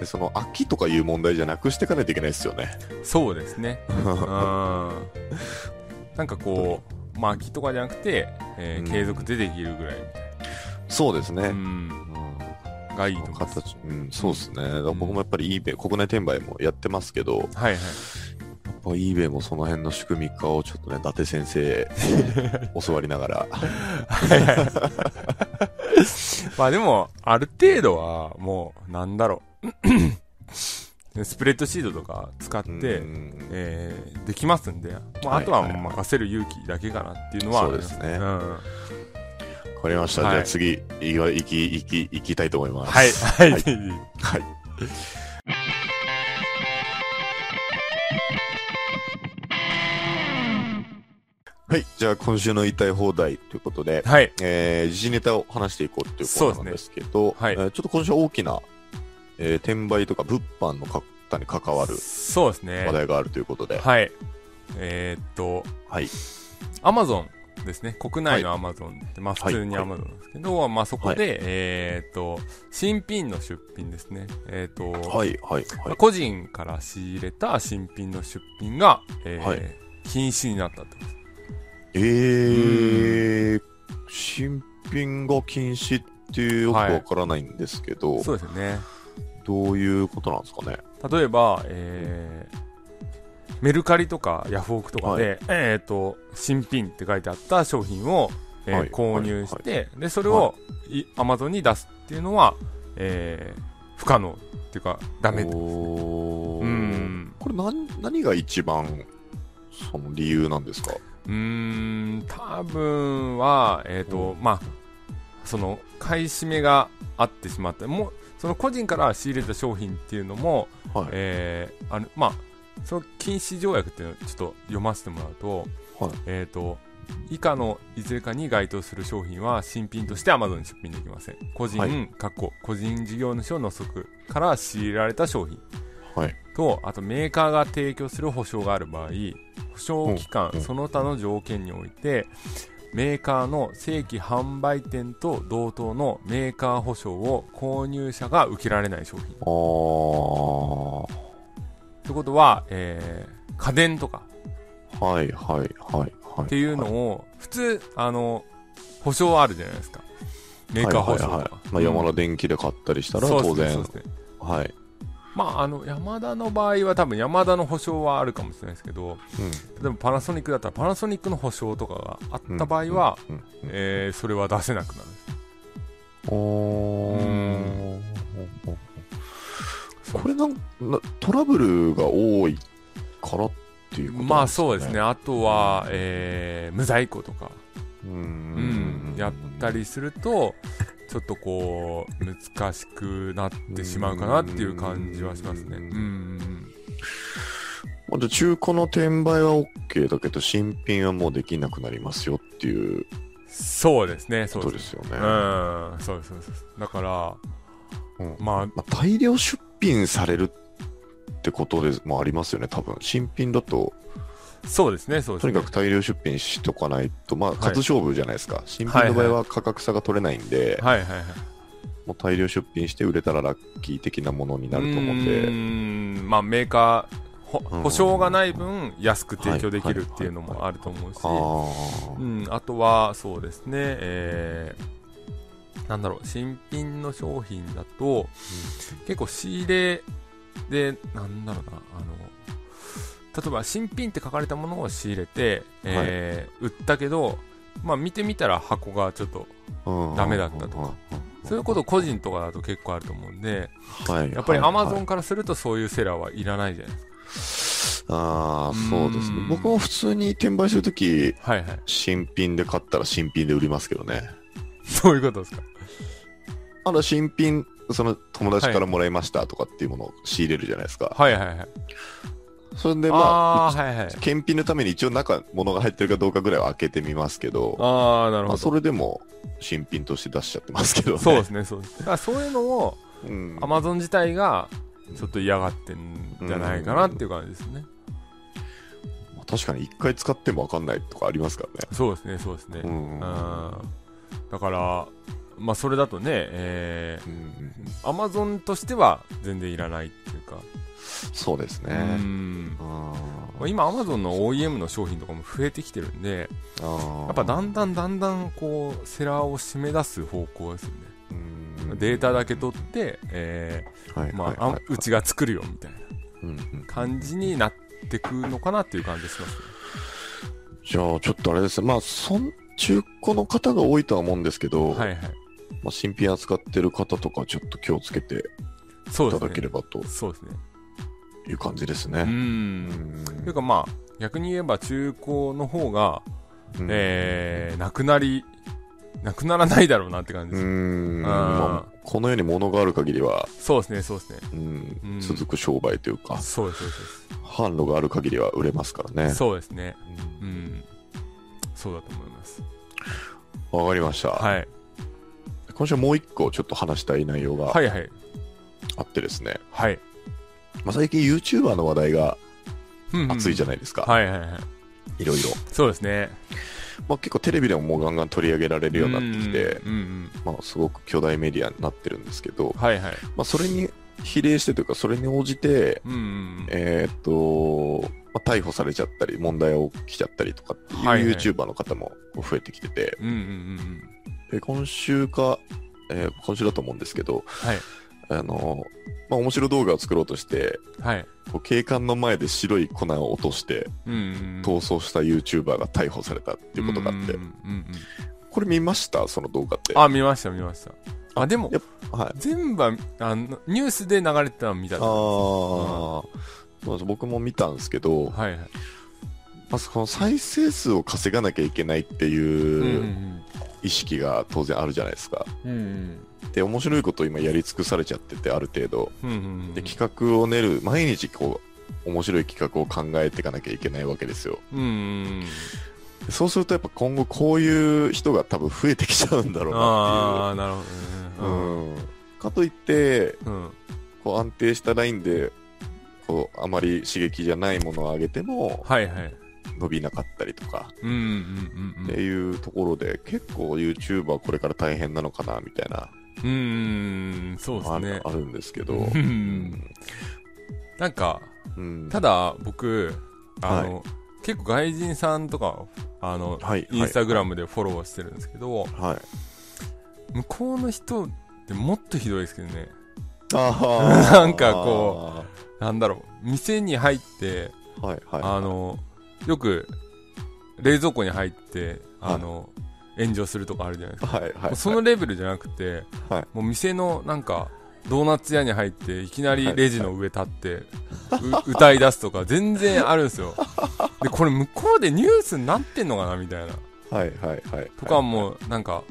S1: でその秋とかいう問題じゃなくしていかないといけないです よね。
S2: そうで すねうんなんかこうまあ秋とかじゃなくて、えー
S1: うん
S2: 継続でできるぐらい、
S1: そうですね。
S2: う
S1: うん
S2: ん、がいいと思います
S1: 形うん、そうですね。だから僕もやっぱり eBay、国内転売もやってますけど、やっ
S2: はいはい
S1: ぱ eBay もその辺の仕組み化をちょっとね、伊達先 生教わりながら。
S2: まあでも、ある程度は、もう、なんだろう。 スプレッドシートとか使って、
S1: うん
S2: えーできますんで、まあ、
S1: は
S2: あ
S1: い
S2: とはもう任せる勇気だけかなっていうのはあ
S1: そう
S2: り
S1: で
S2: ますす
S1: ね。
S2: う
S1: わ
S2: ん
S1: かりました。
S2: はい
S1: じゃあ次、いわ行き、行き、行きたいと思います。
S2: はい、はい、はい。
S1: はい。 はい。じゃあ、今週の言いたい放題ということで、
S2: はい。
S1: えー、時事ネタを話していこうというコーナーなんですけど、
S2: すねはい
S1: えーちょっと今週は大きな、えー転売とか物販の方に関わる
S2: そうですね
S1: 話。題があるということで、
S2: はい。えーっと、
S1: はい。
S2: アマゾンですね。国内のアマゾンで、まあ普通に
S1: は
S2: ア
S1: い
S2: マゾンなんですけど、まあそこで、えーっと、新品の出品ですね。えーっと、
S1: はい、はい、はい。
S2: 個人から仕入れた新品の出品が、えー
S1: はい
S2: 禁止になったってことです
S1: えー、新品が禁止ってよくわからないんですけど、
S2: そうですよね
S1: どういうことなんですかね。
S2: 例えば、えーメルカリとかヤフオクとかで、えー、と新品って書いてあった商品を、えー
S1: はい
S2: 購入して、でそれを、い、アマゾンに出すっていうのは、えー不可能っていうかダメ
S1: おー
S2: うん
S1: これ何何が一番その理由なんですか
S2: うーん多分はえっ、と、まあその買い占めがあってしまったもうその個人から仕入れた商品っていうのも、
S1: はい
S2: えーあのまあその禁止条約っていうのをちょっと読ませてもらうと,、
S1: はい
S2: えー、と以下のいずれかに該当する商品は新品として Amazon に出品できません個人、
S1: は
S2: かっこ個人事業主の除くから仕入れられた商品
S1: はい
S2: とあとメーカーが提供する保証がある場合保証期間
S1: うん
S2: その他の条件においてメーカーの正規販売店と同等のメーカー保証を購入者が受けられない商品
S1: ああ
S2: ってことは、えー家電とか
S1: はいはいはいはい。っ
S2: っていうのを普通あの保証あるじゃないですかメーカー保証とか、
S1: はいはいはいまあ、山
S2: うん
S1: 田電機で買ったりしたら
S2: そう
S1: 当
S2: です
S1: 然、
S2: ねそうですね
S1: はい、
S2: まああの山田の場合は多分山田の保証はあるかもしれないですけど例えばパナソニックだったらパナソニックの保証とかがあ
S1: う
S2: っ
S1: ん
S2: た場合は、、
S1: うんうんうん
S2: えーそれは出せなくなる
S1: おー
S2: う
S1: これなんなトラブルが多いからっていうことなんですかね
S2: まあそうですね。あとは、えー無在庫とか、
S1: う
S2: う
S1: ん
S2: んやったりするとちょっとこう難しくなってしまうかなっていう感じはしますね
S1: うん
S2: うん
S1: まあじゃあ中古の転売は OK だけど新品はもうできなくなりますよっていう
S2: そうですねそ
S1: こと
S2: う
S1: で
S2: です
S1: すよね。
S2: うんそうですそうですだから、
S1: うん
S2: まあ
S1: まあ、大量出品されるってことでもありますよね、多分新品だと、
S2: そうですねそうです
S1: と
S2: ね
S1: にかく大量出品しとかないと、まあ、
S2: はい
S1: 数勝負じゃないですか、新品の場合は価格差が取れないんで、
S2: はいはいはい
S1: もう大量出品して売れたらラッキー的なものになると思うんで、
S2: うーんまあメーカーほ
S1: うん
S2: 保証がない分安く提供でき
S1: はい
S2: る
S1: はい
S2: っていうのもあると思うし、
S1: あ
S2: う
S1: ー
S2: ん、あとはそうですね、えーなんだろう新品の商品だと、結構仕入れでなんだろうなあの例えば新品って書かれたものを仕入れて、えー売ったけど、まあ、見てみたら箱がちょっと
S1: うん
S2: ダメだったとか、そういうこと個人とかだと結構あると思うんで
S1: と、はい、
S2: やっぱり
S1: は
S2: ア
S1: いはい
S2: マゾンからするとそういうセラーはいらないじゃないです
S1: ああ、そうですね
S2: うん。
S1: 僕も普通に転売するとき、
S2: か、はいはい
S1: 新品で買ったら新品で売りますけどね。
S2: そういうことですか
S1: あの新品、その友達からもらいましたとかっていうものを仕入れるじゃないですか。
S2: はいはいはい。
S1: それでまあ、
S2: あー、はいはい。
S1: 検品のために一応中、物が入ってるかどうかぐらいは開けてみますけど、
S2: ああ、なる
S1: ま
S2: ほ
S1: あ、そ
S2: ど。
S1: れでも新品として出しちゃってますけどね。
S2: そうですね、そうです。だからそういうのを、
S1: うん
S2: アマゾン自体が、ちょっと嫌がってんじゃないかなっていう感じですね。
S1: まあ確かに一回使っても分かんないとかありますからね。
S2: そうですね、そうですね。
S1: う
S2: うん
S1: ん
S2: だから、まあ、それだとね、え
S1: うん
S2: ー、アマゾンとしては全然いらないっていうか、
S1: そうです
S2: う
S1: ね。
S2: ん
S1: うん
S2: まあ今、アマゾンの OEM の商品とかも増えてきてるんで、
S1: あ
S2: やっぱだんだんだんだんこうセラーを締め出す方向ですよね、データだけ取って、えーまああんうちが作るよみたいな感じになってくのかなっていう感じがしますね
S1: じゃあちょっとあれですね、まあ、そん中古の方が多いとは思うんですけど、
S2: はいはい
S1: まあ、新品扱ってる方とか、ちょっと気をつけてい
S2: そう
S1: た
S2: で
S1: だけ
S2: す
S1: れ
S2: ね
S1: ばと
S2: そうですね
S1: いう感じです
S2: う
S1: ね。
S2: んというかまあ逆に言えば中古の方が、
S1: うん
S2: えーなくなりなくならないだろうなって感じ
S1: う
S2: です、
S1: ん
S2: あ
S1: まあこの世に物がある限りは、
S2: そうですねそうですね
S1: うん
S2: うん
S1: 続く商売というか、
S2: そうですそうです
S1: 販路がある限りは売れますからね。
S2: そうですねう
S1: うん
S2: んそうだと思います
S1: わかりました。
S2: はい
S1: 今週はもう一個ちょっと話したい内容が
S2: はいはい
S1: あってですね、
S2: はい
S1: まあ、最近 YouTuber の話題が熱いじゃ
S2: ゃ
S1: ないですか、
S2: はいはいはい
S1: いろいろ、
S2: そうですね
S1: まあ、結構テレビでももうガンガン取り上げられるようになってきて、
S2: うんうん
S1: まあ、すごく巨大メディアになってるんですけど
S2: うん、はいはい
S1: まあ、それに比例してというかそれに応じて
S2: うんうん
S1: えーっと、まあ、逮捕されちゃったり問題が起きちゃったりとかっていう
S2: はいはい
S1: YouTuber の方も増えてきてて、
S2: うんうんうんうん
S1: で今週か、えー今週だと思うんですけど
S2: はい
S1: あの、まあ、面白動画を作ろうとして
S2: はい
S1: こう警官の前で白い粉を落として
S2: うんうんうん
S1: 逃走した YouTuber が逮捕されたっていうことがあって、
S2: うんうんうんうん
S1: これ見ましたその動画って。
S2: あ見ました見ましたあでも
S1: やっはい。
S2: 全部はあのニュースで流れてたの見た
S1: あー
S2: と
S1: そうなんです僕も見たんですけど、ま
S2: はいはい
S1: あ、その再生数を稼がなきゃいけないって
S2: うんう
S1: いうん意識が当然あるじゃないですか。
S2: うんうん
S1: で、面白いことを今やり尽くされちゃってて、ある程度。
S2: うんうんうん
S1: で、企画を練る、毎日こう、面白い企画を考えていかなきゃいけないわけですよ。
S2: うんうんうん
S1: でそうするとやっぱ今後こういう人が多分増えてきちゃうんだろうな
S2: ああなるほ
S1: っていう。
S2: どね
S1: うん。かといって、
S2: うんうん
S1: こう安定したラインでこうあまり刺激じゃないものを上げても
S2: はいはい
S1: 伸びなかったりとか
S2: うんうんうんうん
S1: っていうところで、結構 YouTuber これから大変なのかなみたいな
S2: うんうんうんそうで
S1: あ
S2: す
S1: る
S2: ね
S1: あるんですけど、
S2: う
S1: う
S2: ん
S1: ん
S2: なんか
S1: うん
S2: ただ僕あの、結構外人さんとかあの、
S1: はい
S2: インスタグラムでフォローしてるんですけど、
S1: はい
S2: 向こうの人ってもっとひどいですけどね
S1: あー
S2: なんかこなんだろう店に入って
S1: はいはい
S2: あのよく冷蔵庫に入ってあの、炎上するとかあるじゃないですか、
S1: はいはい
S2: もうそのレベルじゃなくて、
S1: はい
S2: もう店のなんかドーナツ屋に入っていきなりレジの上立って、う 歌い出すとか全然あるんですよでこれ向こうでニュースになってんのかなみたいな
S1: はいはいはい
S2: とかもうなんか、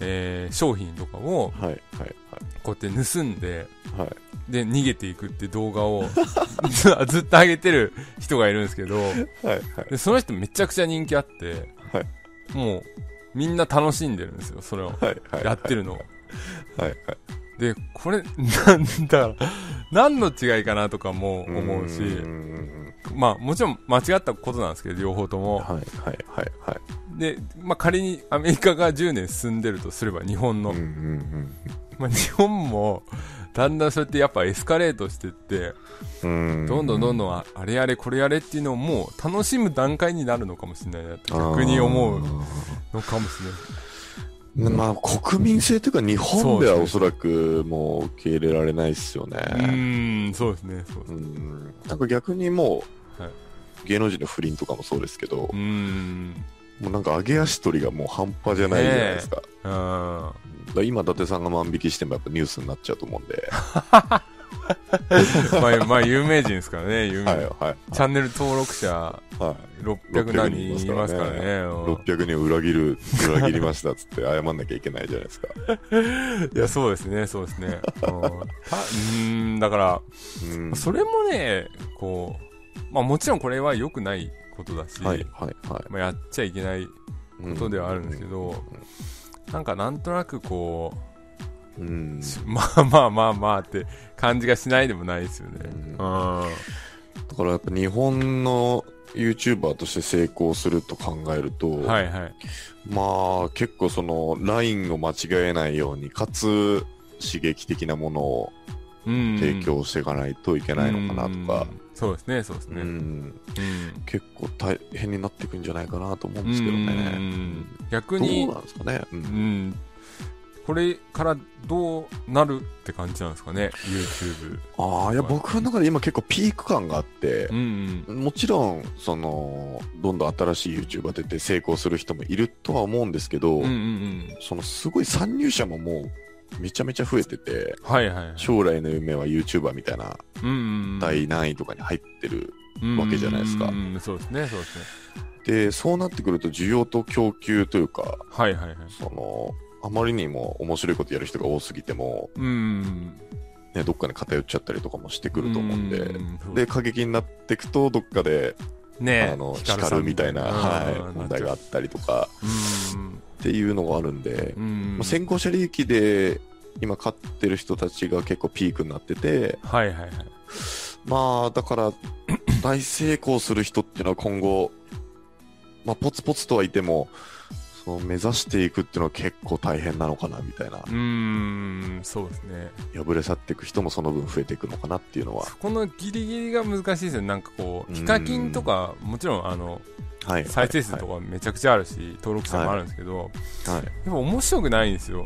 S2: えー商品とかを
S1: はいはいはい
S2: こうやって盗んで
S1: はい
S2: で逃げていくって動画を ずずっと上げてる人がいるんですけど
S1: はいはい
S2: でその人めちゃくちゃ人気あって、
S1: は
S2: もうみんな楽しんでるんですよそれを
S1: はいはい
S2: やってるのを
S1: はいはい
S2: でこれなんだ何の違いかなとかも思うし
S1: ん
S2: まあもちろん間違ったことなんですけど両方とも
S1: はいはいはいはい
S2: で、まあ、仮にアメリカが10年進んでるとすれば日本の、
S1: うんうん
S2: まあ、日本もだんだんそうやってやっぱエスカレートしてって
S1: うんうん
S2: どんどんどんどんああれやれこれやれっていうのをもう楽しむ段階になるのかもしれないなって逆に思うのかもしれない
S1: まあ、国民性というか、日本ではおそらくもう受け入れられないですよ
S2: う
S1: ね。
S2: ーん、そうですね。そうです
S1: う
S2: ね
S1: ん、なんか逆にもう、
S2: はい
S1: 芸能人の不倫とかもそうですけど
S2: う、ーん。
S1: もうなんか上げ足取りがもう半端じゃないじゃないですか。
S2: あ
S1: だから今、伊達さんが万引きしてもやっぱニュースになっちゃうと思うんで、
S2: ーまあ、まあ、有名人ですからね、有名
S1: は
S2: 人
S1: いはい
S2: チャンネル登録者
S1: は
S2: 600何人いますからね。うん
S1: 600人を裏切る、裏切りましたっつって謝んなきゃいけないじゃないですか。
S2: いや、そうですね、そうですね。うんたうーん、だから、
S1: うん
S2: それもね、こう、まあもちろんこれは良くないことだし、
S1: はいはいは
S2: まあ、やっちゃいけない
S1: い。
S2: ことではあるんですけど、なんかなんとなくこ
S1: うん。うん
S2: う、しまあまあまあまあって感じがしないでもないですよね。
S1: うん
S2: うん。
S1: だからやっぱ日本の YouTuber として成功すると考えると、
S2: はいはい。
S1: まあ結構そのラインを間違えないように、かつ刺激的なものを
S2: うん。
S1: 提供していかないといけないのかなとか
S2: う、ん。そうですね、そうですね。
S1: う
S2: うん。
S1: ん結構大変になっていくんじゃないかなと思うんですけど
S2: う
S1: ね。
S2: ん逆
S1: どう
S2: に
S1: なんですかね。うん
S2: うん、これからどうなるって感じなんですかね、YouTube。
S1: ああ、いや、僕の中で今結構ピーク感があって
S2: う、ん
S1: もちろん、その、どんどん新しい YouTuber 出て成功する人もいるとは思うんですけど、
S2: うん、うんうんうん、
S1: そのすごい参入者ももうめちゃめちゃ増えてて、
S2: はいはいはい、
S1: 将来の夢は YouTuber みたいな
S2: うんうん
S1: 第何位とかに入ってる。
S2: うん
S1: わけじゃないですか
S2: うんうんうんそうですね、そうですね。
S1: で、そうなってくると需要と供給というか、
S2: はいはいはい。
S1: その、あまりにも面白いことやる人が多すぎても、
S2: うんうん
S1: ね、どっかに偏っちゃったりとかもしてく
S2: うん、
S1: ると思うんで、
S2: そう
S1: で、過激になっていくと、どっかで
S2: ね
S1: あの
S2: さん
S1: 光るみたいな、
S2: うん
S1: はい、問題があ
S2: なっ
S1: ったりとか
S2: ちゃううん
S1: っていうのがあるんで、
S2: うん
S1: まあ、先行者利益で今勝ってる人たちが結構ピークになってて
S2: はいはいはい。
S1: まあだから 大成功する人っていうのは今後、まあ、ポツポツとはいてもその目指していくっていうのは結構大変なのかなみたいな
S2: うん、そうですね。
S1: 破れ去っていく人もその分増えていくのかなっていうのは
S2: そこのギリギリが難しいですよね。なんかこう、ヒカキンとか、もちろん、あの、
S1: はい
S2: 再生数
S1: は
S2: とかめちゃくちゃあるし、登録者もあるんですけど、
S1: いはい
S2: でも面白くないんですよ。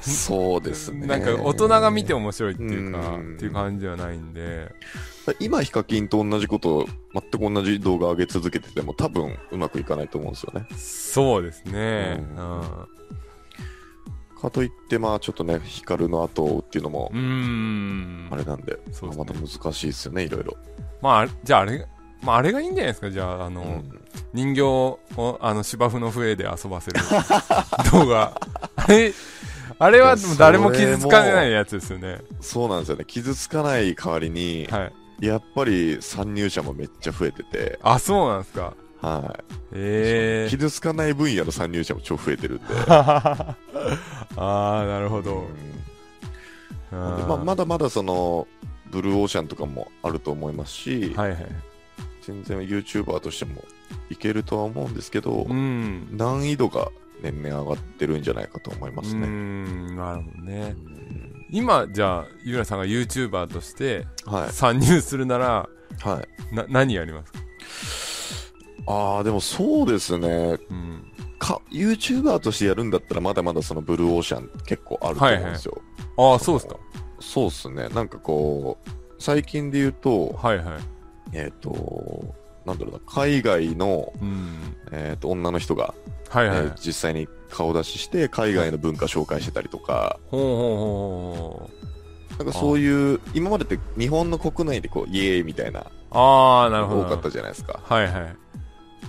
S1: そうですね
S2: なんか大人が見て面白いっていうか、
S1: うん
S2: っていう感じではないんで、
S1: 今ヒカキンと同じことを全く同じ動画上げ続けてても多分うまくいかないと思うんですよね
S2: そうですね。う。
S1: うんかといってまあちょっとね光の後を追うっていうのも
S2: うーん
S1: あ。れなんで、
S2: そうです
S1: まあま
S2: ね
S1: た難しいですよねいろいろ、
S2: まああれ、じゃああれ、まああれがいいんじゃないですか、じゃあ、あの、
S1: うん
S2: 人形を、あの、芝生の笛で遊ばせ る動画。あれ、あれはでも誰も傷つかないやつですよね。
S1: そうなんですよね傷つかない代わりに、
S2: はい。
S1: やっぱり参入者もめっちゃ増えてて、
S2: あ、そうなんですか。
S1: はい
S2: ええー。
S1: 傷つかない分野の参入者も超増えてるんで
S2: ああ、なるほど。
S1: うん
S2: あ
S1: で
S2: ー
S1: まあ、まだまだそのブルーオーシャンとかもあると思いますし、
S2: はいはい。
S1: 全然 YouTuber としてもいけるとは思うんですけど、
S2: うん。
S1: 難易度が年々上がってるんじゃないかと思います
S2: うー
S1: ね、
S2: ん、なるほどね。
S1: うん
S2: 今、じゃあ、ゆうらさんが YouTuber として
S1: はい
S2: 参入するなら、
S1: はい
S2: な、何やりますか
S1: ああ、でもそうですね。
S2: うん。
S1: か、YouTuber としてやるんだったらまだまだそのブルーオーシャン結構あると思うんですよ。
S2: ああ、そうですか。
S1: そうっすね。なんかこう、最近で言うと、
S2: はいはい。
S1: えっ、と、なんだろうな、海外の、
S2: うん。
S1: えー、と女の人が、
S2: はいはい。
S1: えー実際に顔出しして海外の文化紹介してたりとか、
S2: ほうほうほうほうほう。
S1: なんかそういう、今までって日本の国内でこう、イエーイみたいな、
S2: ああ、なるほど。
S1: 多かったじゃないですか。
S2: はいはい。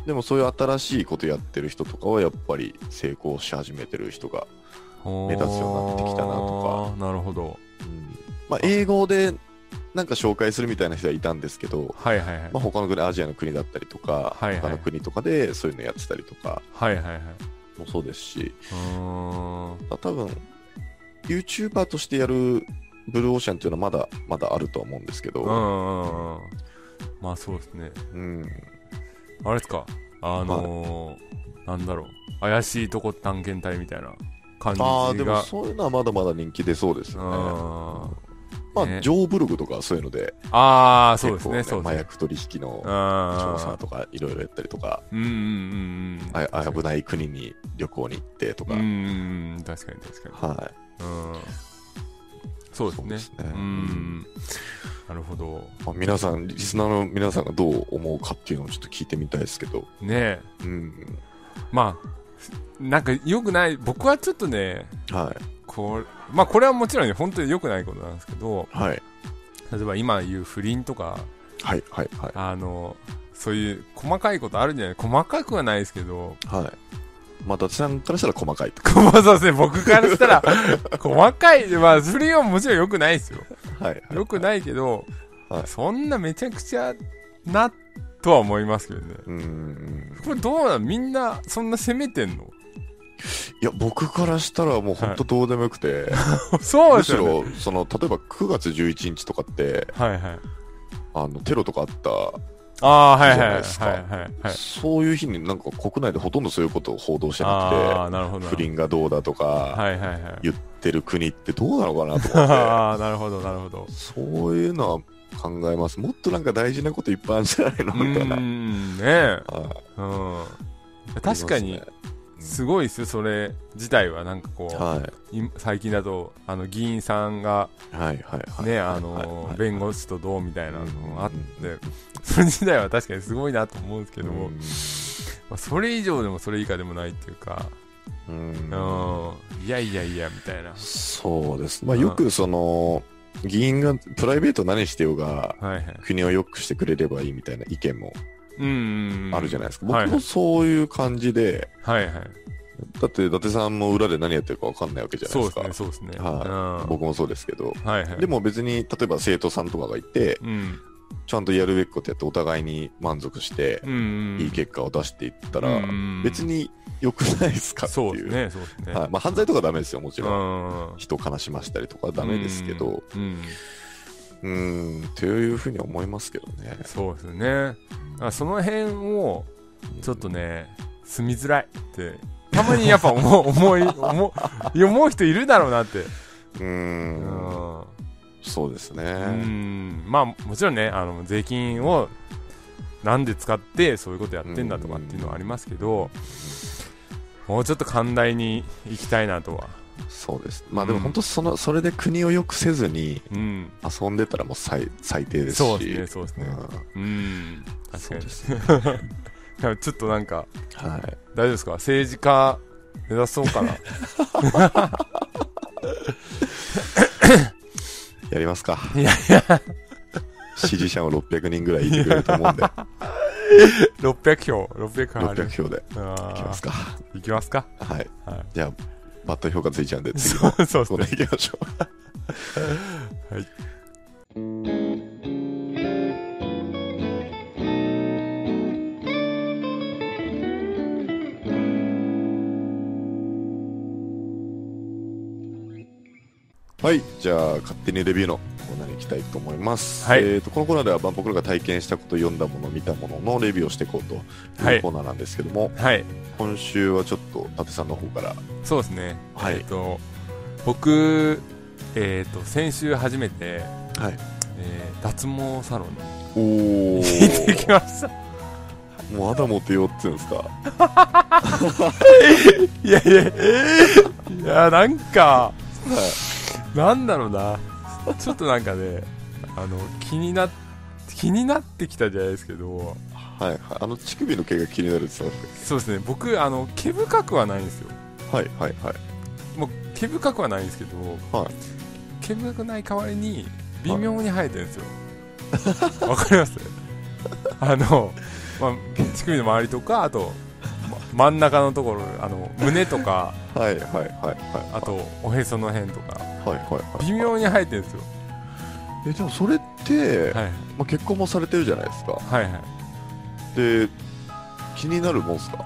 S1: でもそういう新しいことやってる人とかはやっぱり成功し始めてる人が
S2: 目
S1: 目立つようになってきたなと
S2: か。なるほど。
S1: まあ、英語でなんか紹介するみたいな人はいたんですけど、
S2: はいはいはい。
S1: まあ、他の国アジアの国だったりとか、
S2: はいはい
S1: 他の国とかでそういうのやってたりとか
S2: はいはいはい。
S1: もそうですし
S2: うーん。
S1: まあ多分 YouTuber としてやるブルーオーシャンっていうのはまだまだあるとは思うんですけ
S2: うんう
S1: ど、
S2: んうん。まあそうですね。
S1: うん
S2: あれですか。あのー、なんだろう。怪しいとこ探検隊みたいな感じが。
S1: ああでもそういうのはまだまだ人気出そうですよね
S2: うん
S1: まあ、
S2: ね
S1: ジョーブログとかはそういうので
S2: ああ、そう
S1: 結
S2: です
S1: 構、
S2: ね、そうです
S1: 麻
S2: ね。
S1: 薬取引の
S2: あ
S1: 調査とかいろいろやったりとか
S2: うんうんうんうん。
S1: あ危ない国に旅行に行ってとか、
S2: うんうんうん、確かに確かに。
S1: はい
S2: うん。そうです
S1: そう
S2: ね。
S1: ですね
S2: うん。なるほど。
S1: まあ、皆さん、リスナーの皆さんがどう思うかっていうのをちょっと聞いてみたいですけど。
S2: ね
S1: うん。
S2: え。まあ、なんか良くない、僕はちょっとね、
S1: はい。
S2: こう、まあこれはもちろんね、本当に良くないことなんですけど、
S1: はい。
S2: 例えば今言う不倫とか、
S1: はい。はい。はい。
S2: あの、そういう細かいことあるんじゃない細かくはないですけど、
S1: はい。まあ、達さんからしたら細かいと。
S2: まあそうですね、僕からしたら、細かい、まあ、それはもちろん良くないですよ。
S1: はい。
S2: 良くないけど、
S1: はい
S2: そんなめちゃくちゃな、とは思いますけどね。
S1: うーん。
S2: これどうなんみんな、そんな責めてんの
S1: いや、僕からしたらもう本当どうでもよくて、
S2: そう
S1: む
S2: です
S1: しろ、
S2: よ、ね。
S1: その、例えば9月11日とかって、
S2: はいはい。
S1: あの、テロとかあった、
S2: ああ、はいはい
S1: じゃな
S2: はいい
S1: ですか
S2: はいはい。
S1: そういう日になんか国内でほとんどそういうことを報道して
S2: あ
S1: な
S2: あ、なるほ
S1: くて、
S2: どな。
S1: 不倫がどうだとか、
S2: はいはいはい。
S1: 言ってる国ってどうなのかなと思って、
S2: ああ、なるほどなるほど。
S1: そういうのは考えます。もっとなんか大事なこといっぱいあるんじゃないの
S2: う
S1: みたい
S2: ー
S1: な。
S2: ん、ねえ。
S1: はい
S2: うん。確か
S1: あり
S2: に
S1: ま、
S2: すごいですよ、それ自体は。なんかこ
S1: すね
S2: う、
S1: はい。
S2: 今最近だと、あの、議員さんが、
S1: はいはいはい。
S2: ね、あの
S1: はい
S2: ー、弁護士とどうみたいなのもあって
S1: う、
S2: それ自体は確かにすごいなと思うんですけ
S1: け
S2: ども、まあそれ以上でもそれ以下でもないっていうか、
S1: うん
S2: うん、いやいやいや、みたいな。
S1: そうです。まあ
S2: うん
S1: よくその、議員がプライベート何してようが、
S2: はいはい。
S1: 国を良くしてくれればいいみたいな意見も
S2: うん。
S1: あるじゃないですか。
S2: はい
S1: 僕もそういう感じで、
S2: はいはい。
S1: だって伊達さんも裏で何やってるか分かんないわけじゃない
S2: そ
S1: で
S2: う
S1: す
S2: です
S1: か。
S2: ね、そうですね。
S1: はい。
S2: うん
S1: 僕もそうですけど。
S2: はいはい。
S1: で、も別に、例えば生徒さんとかがいて、
S2: うん。
S1: ちゃんとやるべきことやってお互いに満足して、
S2: うん。
S1: いい結果を出していったら、
S2: うん
S1: 別に良くないですかって
S2: そう
S1: い
S2: で
S1: う。
S2: すね、そうですね。
S1: はい。まあ犯罪とかダメですよ、もち
S2: う
S1: ろん。
S2: ん。
S1: 人悲しましたりとかはダメですけど、
S2: うん、うん
S1: うん、っていうふうに思いますけどね。
S2: そうですねだからその辺をちょっとね住みづらいってたまにやっぱ思う 思い思う思う人いるだろうなって
S1: う、
S2: うんん
S1: そうです
S2: う
S1: ね。
S2: んまあもちろんねあの税金をなんで使ってそういうことやってんだとかっていうのはありますけどもうちょっと寛大に行きたいなとは
S1: そうです。まあでも本当その、それで国を良くせずに
S2: うん
S1: 遊んでたらもう最最低ですし。
S2: そうですねそうですね
S1: うん
S2: うん確
S1: そ
S2: か
S1: う
S2: に
S1: ですね。
S2: だから ちょっとなんか
S1: はい。
S2: 大丈夫ですか政治家目指そう かな
S1: やりますか。
S2: いやい
S1: 支持者も600人ぐらいいてくれると 思うんで、
S2: 600票600票あ
S1: 600
S2: る
S1: 票でいき
S2: あ
S1: ますか。
S2: ーいきますか。
S1: はい。
S2: は
S1: じゃあ、バット評価ついちゃうんで、
S2: い。
S1: 次
S2: そ
S1: の
S2: うそう
S1: コーナー行きましょう。はい、じゃあ勝手にレビューのコーナーに行きたいと思います。
S2: はい
S1: えー、とこのコーナーでは万博が体験したこと、読んだもの、見たもののレビューをしていこうと
S2: は
S1: いう
S2: い
S1: コーナーなんですけども、
S2: はい。
S1: 今週はちょっと舘さんの方から、
S2: そうですね。
S1: はい
S2: えっ、と、僕、えっ、と、先週初め
S1: は
S2: て、
S1: い、
S2: えー脱毛サロンに
S1: お お
S2: 行ってきました。
S1: もう肌持てようって言うんですか。
S2: いやいや、いや、なんか、なんだろうな。ちょっとなんかね、あの、気にな、気になってきたじゃないですけど、
S1: はい、はい、あの乳首の毛が気になるって言ってまし
S2: そうですね、僕、あの、毛深くはないんですよ。
S1: たはい、はい、はい。
S2: もう、毛深くはないんですけど、
S1: はい
S2: 毛深くない代わりに微妙に生えてるんですよわ、かります あの、まあ、乳首の周りとかあと、ま真ん中のところあの胸とか
S1: はい、はい、はい、はい。
S2: あとおへその辺とか
S1: はい、はい、はい。
S2: 微妙に生えてるんですよ、
S1: え、でもそれって、
S2: はい、
S1: まあ、結婚もされてるじゃないですか。
S2: はいはい
S1: で、気になるもんすか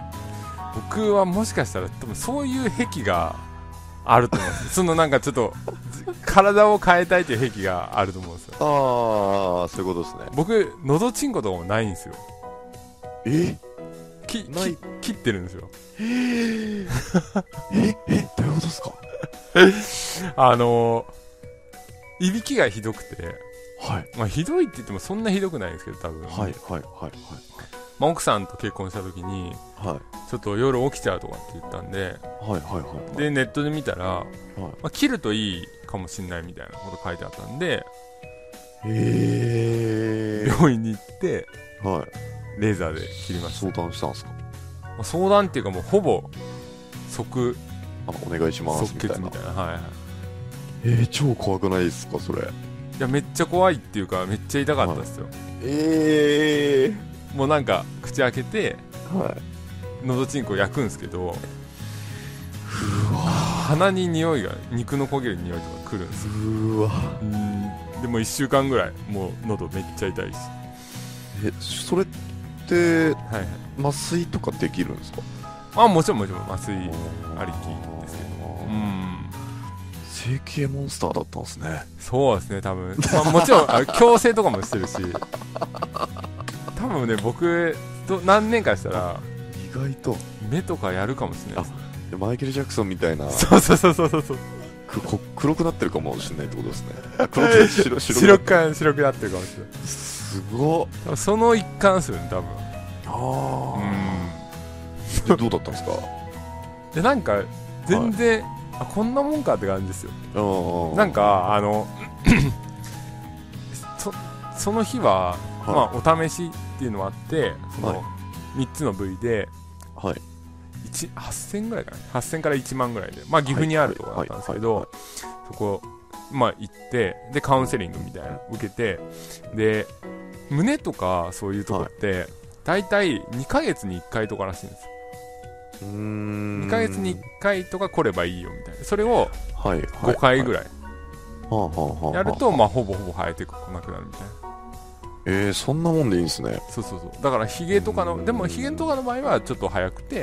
S2: 僕はもしかしたら多分そういう癖があると思うんです そのなんかちょっと体を変えたいという癖があると思うんですよ
S1: ああ、そういうことですね。
S2: 僕のどちんことかもないんですよ
S1: え
S2: きき
S1: ない
S2: 切ってるんですよ
S1: ええ、え、どういうことですか
S2: あのーいびきがひどくて、
S1: はい。
S2: まあ、ひどいって言ってもそんなひどくないんですけど多分、
S1: はい、はい、はい、
S2: まあ、奥さんと結婚した時に
S1: はい。はい、
S2: ちょっと夜起きちゃうとかって言ったんで
S1: はい、はい、はい。
S2: でネットで見たら、まあ、切るといいかもしんないみたいなこと書いてあったんで
S1: え
S2: 病院に行って
S1: ー。はい。
S2: レーザーで切りました、
S1: 相談したんですか
S2: まあ相談っていうかもうほぼ即
S1: あ、お願いします、
S2: 即
S1: みた
S2: 決
S1: い
S2: み
S1: な
S2: た。いなはいはい
S1: えー、超怖くないですか、それ。
S2: いやめっちゃ怖いっていうかめっちゃ痛かったですよ、
S1: ええ
S2: もうなんか口開けて
S1: はい。
S2: のどちんこ焼くんですけど鼻に匂いが肉の焦げる匂いとかくるんですよ
S1: うわ。
S2: でも1週間ぐらいもう喉めっちゃ痛いし
S1: え、それって、
S2: はいはい
S1: 麻酔とかできるんですか
S2: あもちろんもちろん麻酔ありきですけ
S1: ど
S2: うん
S1: 整形モンスターだったんですね。
S2: そうですね多分、まあ、もちろんあ 矯正とかもしてるし多分ね僕と何年かしたら
S1: 意外と。
S2: 目とかやるかもしれないです
S1: マイケル・ジャクソンみたいな、
S2: そうそうそうそうそうそう
S1: くこ黒くなってるかもしれないってことですね。あ 黒く白白
S2: 白
S1: く
S2: く白くなってるかもしれない
S1: すごっ。
S2: 多分その一環ですよね多分
S1: あ
S2: う
S1: あ。でどうだったんですか
S2: んでなんか全然、あこんなもんかって感じですよ
S1: うん
S2: なん、かあの そその日は、
S1: は
S2: まあ、お試しっていうのもあってそ
S1: はい
S2: の3つの部位で
S1: い。はい。
S2: 1 8000ぐらいかな8000から1万ぐらいで、まあ、岐阜にあるとこだったんですけど、
S1: はい
S2: そこ、まあ、行ってでカウンセリングみたいなの受けてで胸とかそういうとこって、大体2ヶ月に1回とからしいんですよ
S1: うーん
S2: 2ヶ月に1回とか来ればいいよみたいなそれを
S1: はい
S2: 5回ぐ
S1: らい
S2: らい
S1: はあはあはあ
S2: やると、まあ、ほぼほぼ生えてこなくなるみたいな
S1: えー、そんなもんでいいんですね
S2: そうそうそうだからヒゲとかのでもヒゲとかの場合はちょっと早くて、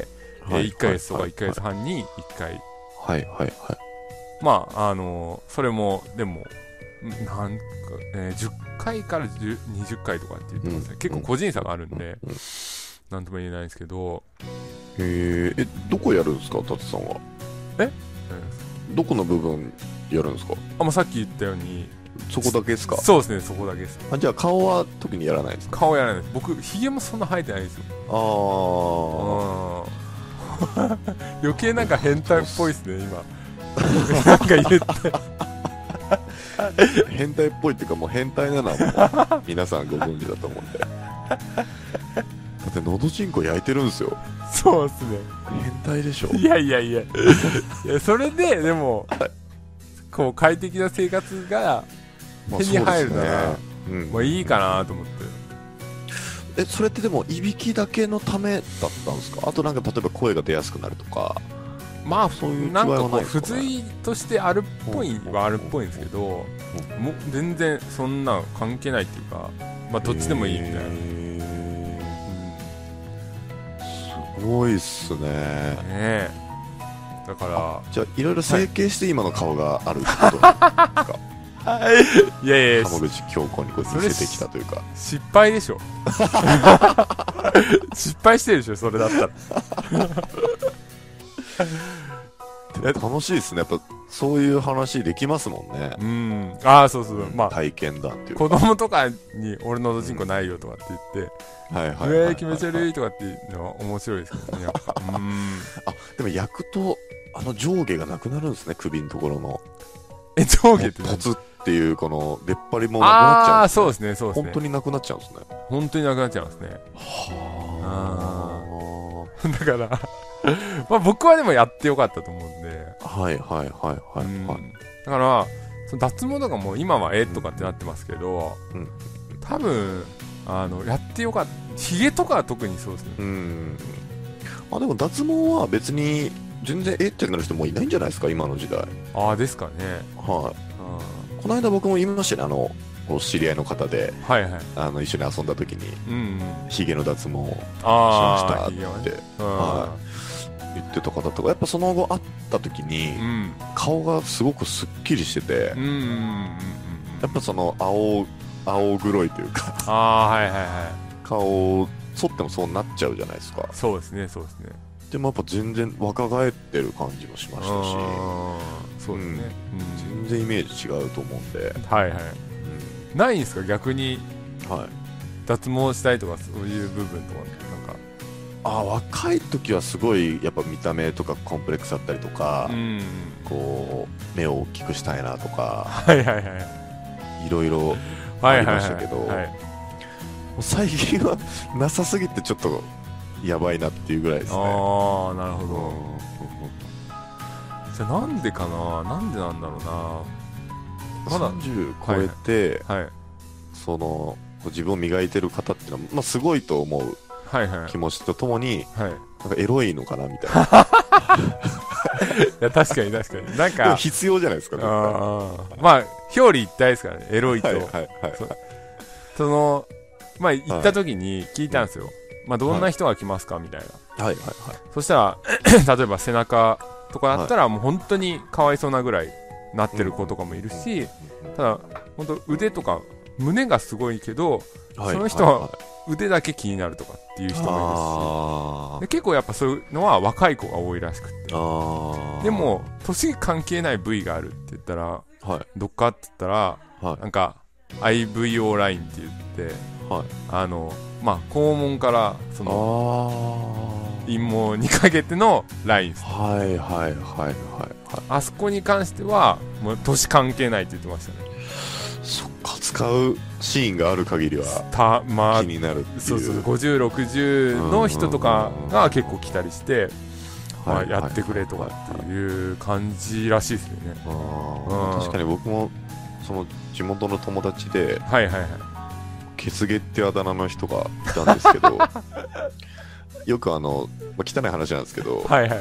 S2: えー1ヶ月とか1ヶ月半に1回、
S1: はいはいはい
S2: まああのそれもでもんなんか、えー10回から10 20回とかって言ってますね、
S1: うん
S2: 結構個人差があるんで、
S1: うん
S2: なんとも言えないんですけど、
S1: えー、えどこやるんですか達さんはどこの部分やるんですか
S2: あもうさっき言ったように
S1: そこだけですか
S2: そうですねそこだけです
S1: あじゃあ顔は特にやらないですか
S2: 顔やらないです僕ヒゲもそんな生えてないんですよ
S1: ああ
S2: あ 余計なんか変態っぽいですね今 なんか言った
S1: 変態っぽいっていうかもう変態なのは もう皆さんご存知だと思うんでだってのどちんこ焼いてるんですよ
S2: そうですね
S1: 変態でしょ
S2: いやいやいや いやそれででもこう快適な生活が、
S1: ま
S2: 手に入るなら
S1: そうですねうん
S2: まあ、いいかなと思って
S1: えそれってでもいびきだけのためだったんですかあとなんか例えば声が出やすくなるとか
S2: まあ
S1: そういう違い
S2: な
S1: は
S2: ん
S1: ない
S2: かこう
S1: です
S2: 付
S1: かね
S2: 随としてあるっぽいはあるっぽいんですけどもう全然そんな関係ないっていうかまあどっちでもいいみたいな、
S1: へ
S2: うん
S1: ーすごいっすね
S2: ねえだか
S1: じゃあいろいろ整形して今の顔があるってことですか、
S2: らいやいやいや
S1: 浜口京子 にこう見せてきたというか
S2: 失敗でしょ 失敗してるでしょそれだったらそれ
S1: 楽しいですねやっぱそういう話できますもんね、
S2: うんああそうそう、まあ
S1: 体験談っていうか
S2: 子供とかに「俺のどちんこないよ」とかって言って
S1: はいはい
S2: 「
S1: うはい
S2: えー気持ち悪い」とかっていうのは面白いですけどねやっぱ うん
S1: あでも焼くとあの上下がなくなるんですね首のところの
S2: え上下って
S1: ポ
S2: 何
S1: ツっていうこの出っ張りもなくなっちゃ
S2: あ
S1: う
S2: あそうですねそうです
S1: 本
S2: ね
S1: 当になくなっちゃうんですね
S2: 本当になくなっちゃいますね
S1: は
S2: だから まあ僕はでもやってよかったと思うんで、
S1: あはいはいはいは
S2: うん
S1: い
S2: だ
S1: はい
S2: からその脱毛とかも今はえーとかってなってますけど、
S1: うん
S2: 多分あのやってよかったひげとかは特にそうですね
S1: うんあでも脱毛は別に全然えってなる人もういないんじゃないですか今の時代はい
S2: ああですかね、
S1: この間僕も言いましたねあのこう知り合いの方で
S2: うん、はいはい
S1: あの一緒に遊んだ時に
S2: うんうん
S1: ヒゲの脱毛をし
S2: あ
S1: ま
S2: あ
S1: したって
S2: は
S1: は言ってた方とかやっぱその後会った時に
S2: うん
S1: 顔がすごくすっきりしてて
S2: うんうんうんうん
S1: やっぱその青青黒いというか
S2: ああはいはいは
S1: 顔を剃ってもそうなっちゃうじゃないですか
S2: いそうですねそうですね
S1: でもやっぱ全然若返ってる感じもしましたし
S2: うんそうですね、
S1: 全然イメージ違うと思うんで
S2: う、んはいはいないんですか逆に
S1: はい、
S2: 脱毛したいとかそういう部分とかなんか
S1: あ若い時はすごいやっぱ見た目とかコンプレックスだったりとか、
S2: うん
S1: こう目を大きくしたいなとか
S2: はいはいはい
S1: いろいろ
S2: はいはい
S1: あり
S2: はい
S1: ましたけど
S2: はい
S1: 最近はなさすぎてちょっとやばいなっていうぐらいですね
S2: ああなるほ
S1: うん
S2: どじゃあなんでかななんでなんだろうなまだ
S1: 30超えて、
S2: はい
S1: その自分を磨いてる方っていうのは、まあ、すごいと思う
S2: はいはい
S1: 気持ちとともに、
S2: はい
S1: なんかエロいのかなみたいな。
S2: いや確かに 確かになん
S1: でも
S2: か
S1: 必要じゃないですか、ね。は
S2: あーまあ表裏一体ですからねエロい
S1: い
S2: と、
S1: はいはい。
S2: そのまあ行った時に聞いたんですよ、まあどんな人が来ますかみたいな、
S1: はいはいはい。
S2: そしたら 例えば背中とかだったらもう本当にかわいそうなぐらいなってる子とかもいるし、ただ本当腕とか胸がすごいけど
S1: はい
S2: その人は腕だけ気になるとかっていう人もい
S1: あ
S2: るしで結構やっぱそういうのは若い子が多いらしくて
S1: ーあー。
S2: で、も年関係ない部位があるって言ったら
S1: は
S2: どっかって言ったら
S1: いはい。
S2: なんか IVO ラインって言って、
S1: はい
S2: あのまあ肛門からそ
S1: あ
S2: の
S1: あ。
S2: 陰毛にかけてのラインです
S1: はいはいはいはいは
S2: あそこに関してはもう年関係ないって言ってました
S1: い。
S2: ね
S1: そっか、使うシーンがある限りは
S2: たまあ
S1: 気になるっていう。
S2: そうそう5060の人とかが結構来たりして、まあ、やってくれとかっていう感じらしいですよね
S1: あー
S2: うん
S1: 確かに僕もその地元の友達で
S2: はいはいはい
S1: ケツゲってあだ名の人がいたんですけ どよくあの、まあ、汚い話なんですけど、
S2: はいはいはい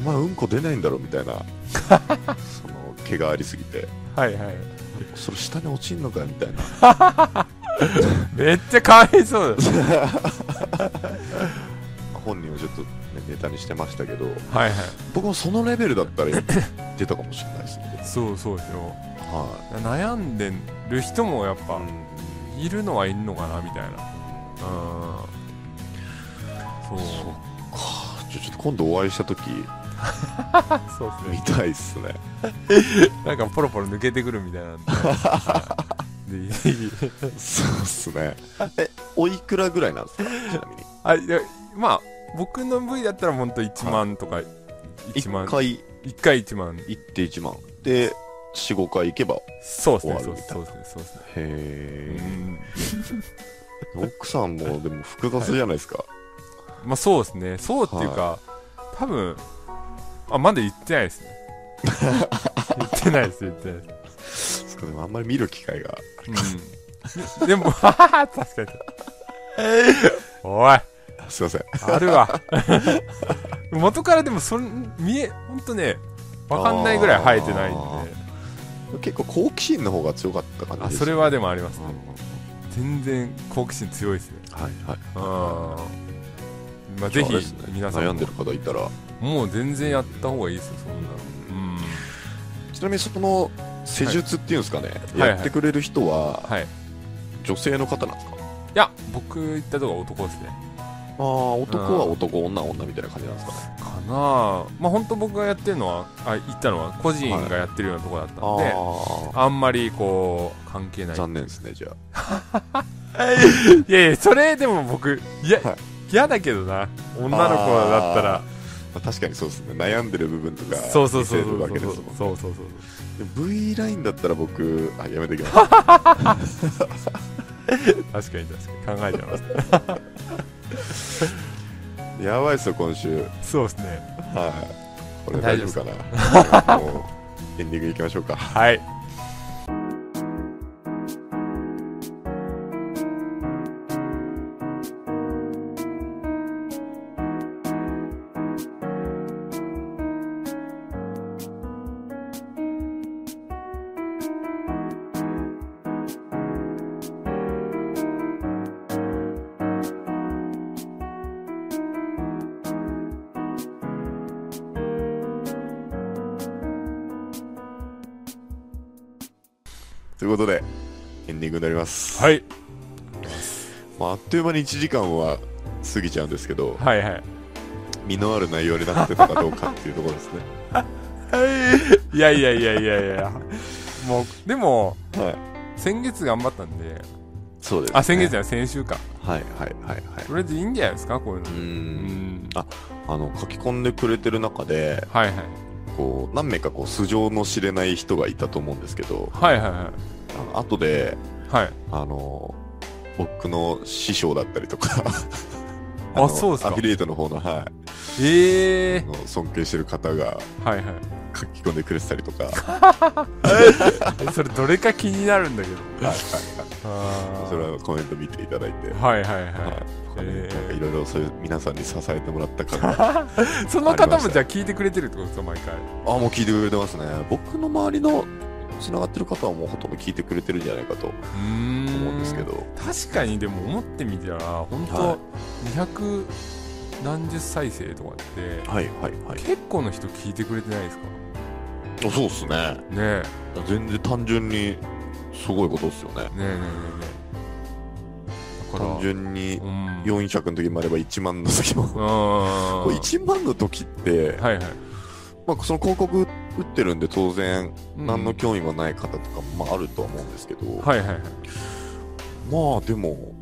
S1: お前うんこ出ないんだろみたいなその毛がありすぎて
S2: はいはい
S1: それ下に落ちんのかよみたいな
S2: めっちゃかわいそうだ
S1: 本人をちょっと、ね、ネタにしてましたけど
S2: はいはい
S1: 僕もそのレベルだったら出たかもしれないですね
S2: そうそうですよ
S1: は
S2: 悩んでる人もやっ
S1: い、
S2: ぱいるのはいるのかなみたいなうん
S1: そっ
S2: そう
S1: かじゃあちょっと今度お会いした時
S2: そうですね
S1: 見たいっすね
S2: なんかポロポロ抜けてくるみたいなんででいい
S1: そうっすねえおいくらぐらいなんですかちなみに
S2: あいやまあ僕の部位だったら本当1万とか1
S1: 1
S2: 万
S1: 回
S2: 1回1万
S1: 行って1万で45回行けばへ
S2: そうですね
S1: 終
S2: そ
S1: わる
S2: う
S1: み
S2: です
S1: た
S2: ねそうですねう
S1: え、
S2: ん
S1: 奥さんもでも複雑じゃないですか、
S2: まあそうですねそうっていうか多分あまだ言ってないですね言ってないです言ってないで
S1: それでもあんまり見る機会が
S2: すうんでも 確かにおい
S1: すいません
S2: あるわ元からでもそん見えほんとねわかんないぐらい生えてないんで
S1: あ結構好奇心の方が強かった感じ
S2: あ
S1: です、ね、
S2: それはでもあります
S1: うん
S2: ね
S1: うんうん
S2: 全然好奇心強いですね
S1: はいはい
S2: うんまあぜひ
S1: そうですね
S2: 皆さん
S1: 悩
S2: も
S1: んでる方いたら
S2: もう全然やった方がいいですよそんなのうん
S1: ちなみにその施術っていうんですかね、
S2: はい
S1: やってくれる人は
S2: はいい
S1: 女性の方なんですか、
S2: や僕行ったとこは男ですね
S1: ああ男は男女は女みたいな感じなんですかね
S2: かなあまあ本当僕がやってるのはあ行ったのは個人がやってるようなとこだったんで、
S1: あ
S2: あんまりこう関係な
S1: あ
S2: い
S1: 残念ですねじゃあ
S2: いやいや、それでも僕、いや
S1: は、
S2: 嫌だけどな。女の子だったら。
S1: まあ確かにそうですね悩んでる部分とか
S2: そうそうそ
S1: 見せ
S2: うそ
S1: る
S2: う。
S1: わ
S2: そ
S1: け
S2: う
S1: です
S2: そ
S1: も
S2: うん
S1: ね
S2: そうそう。
S1: V ラインだったら僕あやめてきます
S2: 確かに確かに。考えちゃいます。
S1: やばいっすよ今週
S2: そうですね。
S1: はいこれ大
S2: 大丈
S1: 丈
S2: 夫
S1: 夫かなもうエンディングいきましょうか
S2: はい。
S1: ということでエンディングになります、
S2: はい。
S1: まあ、あっという間に1時間は過ぎちゃうんですけど
S2: はいはい。
S1: 身のある内容になってたかどうかっていうところですね
S2: いやいやいやいやいや。もう、でも、
S1: はい
S2: 先月頑張ったんで。
S1: そうです、ね、
S2: あ、先月じゃない、先週か。
S1: はいはいはいはい
S2: とりあえずいいんじゃないですか、こういうの
S1: う。
S2: うんん。
S1: あの書き込んでくれてる中で
S2: はいはい。
S1: こう何名かこう素性の知れない人がいたと思うんですけど
S2: はいはいは
S1: あの後で
S2: い。はい。
S1: あの僕の師匠だったりとか
S2: あ
S1: の
S2: そうですか
S1: アフィリエイトの方の,、はい、
S2: え
S1: あ
S2: え
S1: の尊敬してる方が
S2: ー。はい は
S1: 書き込んでくれてたりとかはい
S2: い。それどれか気になるんだけど。
S1: はいはい
S2: あー
S1: それはコメント見ていただいて、はい
S2: はいはいはい
S1: 他になんかいろいろそういう皆さんに支えてもらったから、
S2: その方もじゃあ聞いてくれてるってことですか毎回
S1: あもう聞いてくれてますね僕の周りのつながってる方はもうほとんど聞いてくれてるんじゃないかと思
S2: 思
S1: うんですけど
S2: 確かにでも思ってみたら本
S1: は
S2: 当200何十再生とかって
S1: はいはいはい
S2: 結構の人聞いてくれてないですか
S1: あそうっすね
S2: ねえ
S1: 全然単純にすごいことっすよね
S2: ねえねえねえねえだから
S1: 単純に
S2: うん
S1: 400の時もあれば1万の時も
S2: うんは
S1: これ1万の時って、
S2: いはい
S1: まあ、その広告打ってるんで当然
S2: うん
S1: 何の興味もない方とかもまああるとは思うんですけど、
S2: はいはいはい
S1: まあでも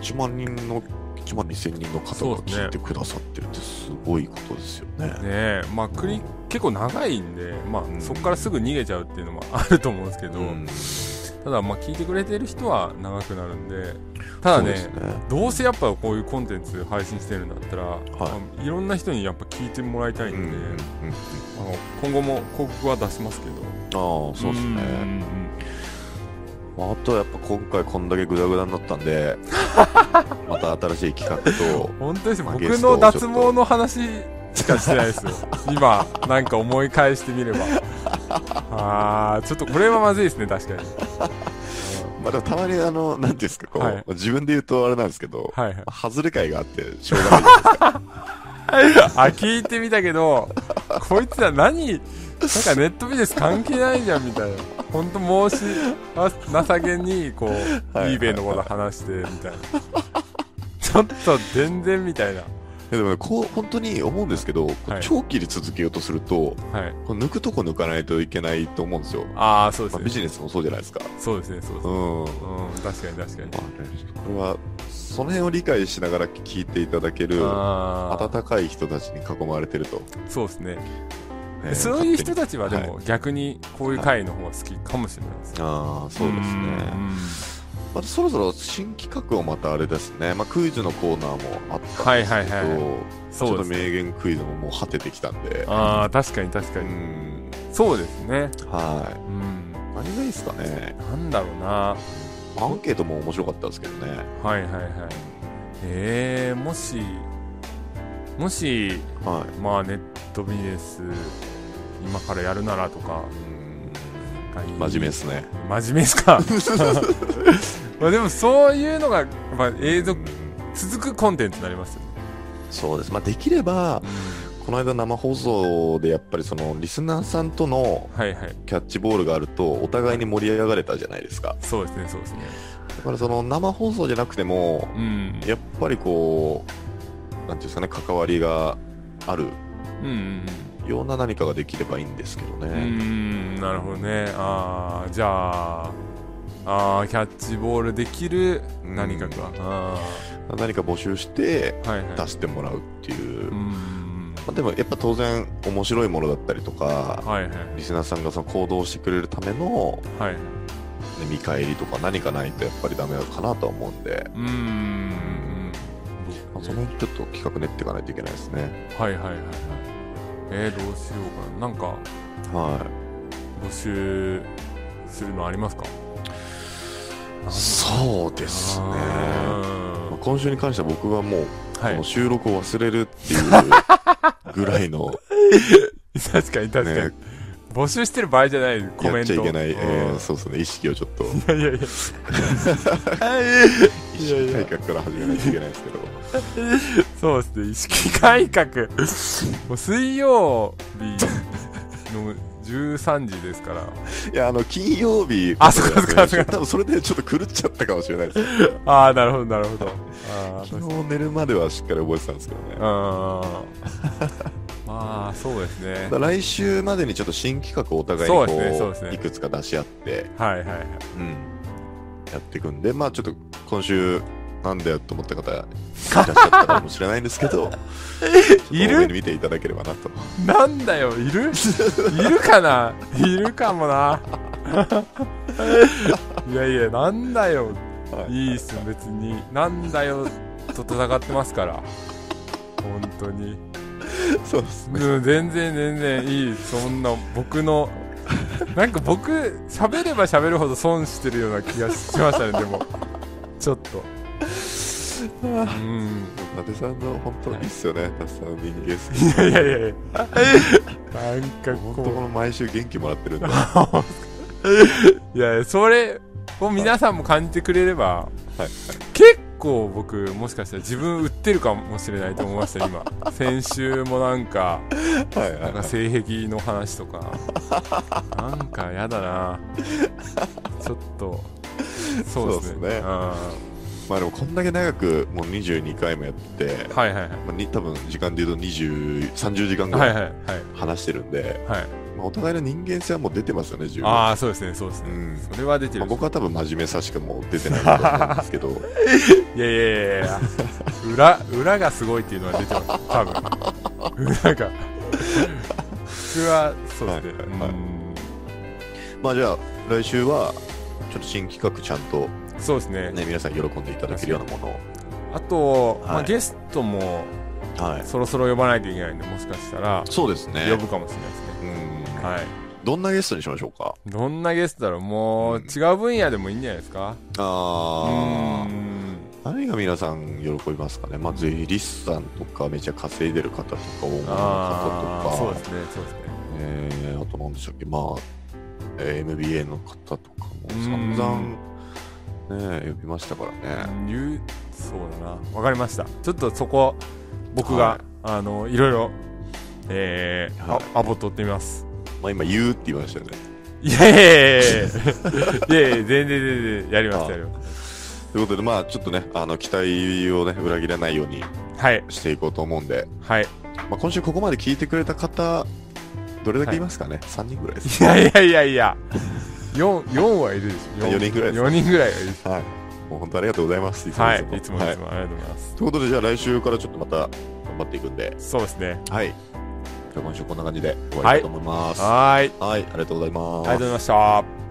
S1: 1万人の1万2000人の方が
S2: そうですね
S1: 聞いてくださってるってすごいことですよね。
S2: ねえまあクリ結構長いんでま
S1: ん
S2: あそこからすぐ逃げちゃうっていうのもあると思うんですけど
S1: うん
S2: ただまあ聞いてくれてる人は長くなるんでた
S1: そ
S2: だ
S1: うで
S2: ね
S1: すね
S2: どうせやっぱこういうコンテンツ配信してるんだったら、い、ろんな人にやっぱ聞いてもらいたいん
S1: う
S2: で、
S1: んうんうん
S2: あの今後も広告は出しますけど
S1: ああそうです
S2: ん
S1: ね。まあ、あとはやっぱ今回こんだけグダグダになったん でまた新しい企画と
S2: 本当ですよ
S1: まあ
S2: 僕
S1: ゲストを
S2: の
S1: ちょっと
S2: 脱毛の話しかしてないですよ今なんか思い返してみればあーちょっとこれはまずいですね確かに
S1: まあでもたまにあのなんていうんですかこう、
S2: はい
S1: 自分で言うとあれなんですけど、
S2: はいはい
S1: 外れ会があってしょうがないじゃないですか
S2: あ聞いてみたけどこいつら何なんか ネットビジネス関係ないじゃんみたいな本当申しあ情けにこう
S1: はい
S2: eBay のこと話してみたいなちょっと全然みたいな
S1: でもねこう本当に思うんですけど、こう
S2: はい
S1: 長期で続けようとすると
S2: はい
S1: こう抜くとこ抜かないといけないと思うんですよ、
S2: ああそう
S1: まあ、
S2: で
S1: ビ
S2: す
S1: ジ
S2: ね
S1: ネスもそうじゃないですか
S2: そうですねそうです
S1: う
S2: ね
S1: ん、ま
S2: うん確かに確かに
S1: あねこれはその辺を理解しながら聞いていただける
S2: あー
S1: 温かい人たちに囲まれてると、
S2: そうですね
S1: えー
S2: そういう人たちはで
S1: 勝手に
S2: も逆にこういう回の方が好きかもしれないですね
S1: ああそうですね
S2: うん
S1: またそろそろ新企画をまたあれですね、まあ、クイズのコーナーもあったんですけど、
S2: はいはいはい
S1: ちょ
S2: そ
S1: っ
S2: う
S1: と
S2: ですね
S1: 名言クイズももう果ててきたんで
S2: ああ確かに確か
S1: う
S2: に
S1: ん
S2: そうですね
S1: は
S2: うん
S1: い何がいいですかね
S2: なんだろうな
S1: アンケートも面白かったですけどね
S2: はいはいはいえー、もしもし
S1: は
S2: まあネットビジネス今からやるならとか
S1: いうん
S2: がいい
S1: 真面目ですね
S2: 真面目ですかまあでもそういうのがやっぱ 永続
S1: うん
S2: 続くコンテンツになりますよね、
S1: そうです、まあ、できればこの間生放送でやっぱりそのリスナーさんとの
S2: はいはい
S1: キャッチボールがあるとお互いに盛り上がれたじゃないですか
S2: そうですねそうですね
S1: だからその生放送じゃなくても
S2: うん
S1: やっぱりこう、なんていうんですかね、関わりがある
S2: うんうん
S1: ような何かができればいいんですけど
S2: うんう
S1: ね。
S2: んなるほどねああじゃああーキャッチボールできる何かが、
S1: う
S2: あ
S1: 何か募集して
S2: あはいはい
S1: 出してもらうっていう。
S2: う
S1: ま
S2: ん
S1: あ、でもやっぱ当然面白いものだったりとか、
S2: はいはい
S1: リスナーさんがその行動してくれるための
S2: はい
S1: ね見返りとか何かないとやっぱりダメかなとは思うんで、
S2: うーん
S1: まあその辺ちょっと企画練っていかないといけないですね。
S2: はいはいはいはいえー、どうしようかななんか
S1: は
S2: 募集するのありますか
S1: い。そうですね。
S2: あ
S1: まあ今週に関しては僕はもう
S2: ー
S1: こ
S2: は
S1: の
S2: い
S1: 収録を忘れるっていう ぐらいの
S2: 確かに確かに、
S1: ね、
S2: 募集してる場合じゃないコ
S1: や
S2: メ
S1: っ
S2: ン
S1: ち
S2: ト
S1: ゃいけない、え
S2: う
S1: ー
S2: ん
S1: そうですね、意識をちょっと、
S2: いやいやいや
S1: 意識
S2: いやいや
S1: 改革から始めないといけない ですけど、
S2: そうですね意識 改革もう水曜日の13時ですから
S1: いや、あの、金曜日、
S2: あそうかそうか そうか
S1: 多分それでちょっと狂っちゃったかもしれないです。
S2: ああなるほどなるほどあー
S1: 昨日寝るまではしっかり覚えてたんですけどね。だか
S2: うんまあそうで すね
S1: ら来週までにちょっと新企画をお互い
S2: そう
S1: に
S2: ですねそう
S1: こ
S2: です
S1: う、
S2: ね
S1: いくつか出し合って、
S2: はいはいはい
S1: やっていくんで、まあちょっと今週、なんだよと思った 方、いらっしゃったかもしれないんですけど、
S2: いる
S1: ちょっと多めに見ていただければなと。
S2: なんだよいるいるかないるかもないやいやなんだよ
S1: はい
S2: いいっす別になんだよと戦ってますから本当に
S1: そうですね。
S2: うん全然全然いいそんな僕のなんか僕喋れば喋るほど損してるような気がしましたねでもちょっとうん
S1: 伊達さんの本当にいいっすよね、伊達さんの人間好
S2: いやいやいやいやなんか
S1: き。本当こ
S2: こ
S1: の毎週元気もらってるんで。
S2: ういやいやそれを皆さんも感じてくれれば、
S1: はい
S2: 結構僕もしかしたら自分売ってるかもしれないと思いました今先週もなんか
S1: はいは
S2: なんか性癖の話とかなんかやだなちょっとそう
S1: そう
S2: ですね
S1: ですね
S2: うん
S1: まあでもこんだけ長くもう22回もやって、
S2: はいはいはい
S1: まあ、に多分時間で言うと20 30時間ぐ
S2: は
S1: ら
S2: い
S1: い
S2: はいはい
S1: 話してるんで、
S2: はい
S1: まあ、お互いの人間性はもう出てますよね、十分。
S2: ああそうですねそうです
S1: う
S2: ね、
S1: ん
S2: それは出て
S1: まあ
S2: る、
S1: 僕は多分真面目さしかもう出てないと思うんですけど
S2: いやいやいやいや 裏裏がすごいっていうのは出てます多分裏が僕はそ
S1: はい
S2: うですね、
S1: はいはい
S2: うん
S1: まあじゃあ来週はちょっと新企画ちゃんと、
S2: そうですね
S1: ね、皆さん喜んでいただけるようなものを、
S2: あと、ま
S1: は
S2: あ、
S1: い
S2: ゲストも
S1: はい、
S2: そろそろ呼ばないといけないんでもしかしたら
S1: そうですね
S2: 呼ぶかもしれないですね
S1: うん
S2: はい
S1: どんなゲストにしましょうか
S2: どんなゲストだろうもう
S1: うん
S2: 違う分野でもいいんじゃないですか
S1: あ
S2: う
S1: ー
S2: ん
S1: 何が皆さん喜びますかねまあ税理士さんとかめちゃ稼いでる方とか大物の方
S2: あ
S1: と
S2: あ
S1: か
S2: そうですねそうですね
S1: えーあと何でしたっけまあえー MBA の方とかも散々ね呼びましたからね
S2: 言うそうだなわかりましたちょっとそこ僕が、
S1: はい
S2: あのいろいろえー
S1: はい
S2: あアポ取ってみます
S1: まあ今言うって言いましたよね
S2: いやいやいやいやいやいや全然全然やりますやります
S1: ということで、まあ、ちょっとね、あの期待をね、裏切らないように
S2: はい
S1: していこうと思うんで、
S2: はい
S1: まあ、今週ここまで聞いてくれた方、どれだけいますかね、三 ?3 人ぐらいです。
S2: いやいやいやいや 4, 四はいるでしょ
S1: 四人ぐらいです
S2: 4人ぐらいはいるでし
S1: はい。もう本当ありがとうございます。いつも
S2: はい
S1: つも
S2: いつもい
S1: はい
S2: つもありがとうございます
S1: ということで、じゃあ来週からちょっとまた頑張っていくんで、
S2: そうですね
S1: はい。じゃあ今週こんな感じで終わりたいと思います。は
S2: はーい
S1: い、ありがとうございます。
S2: ありがとうございました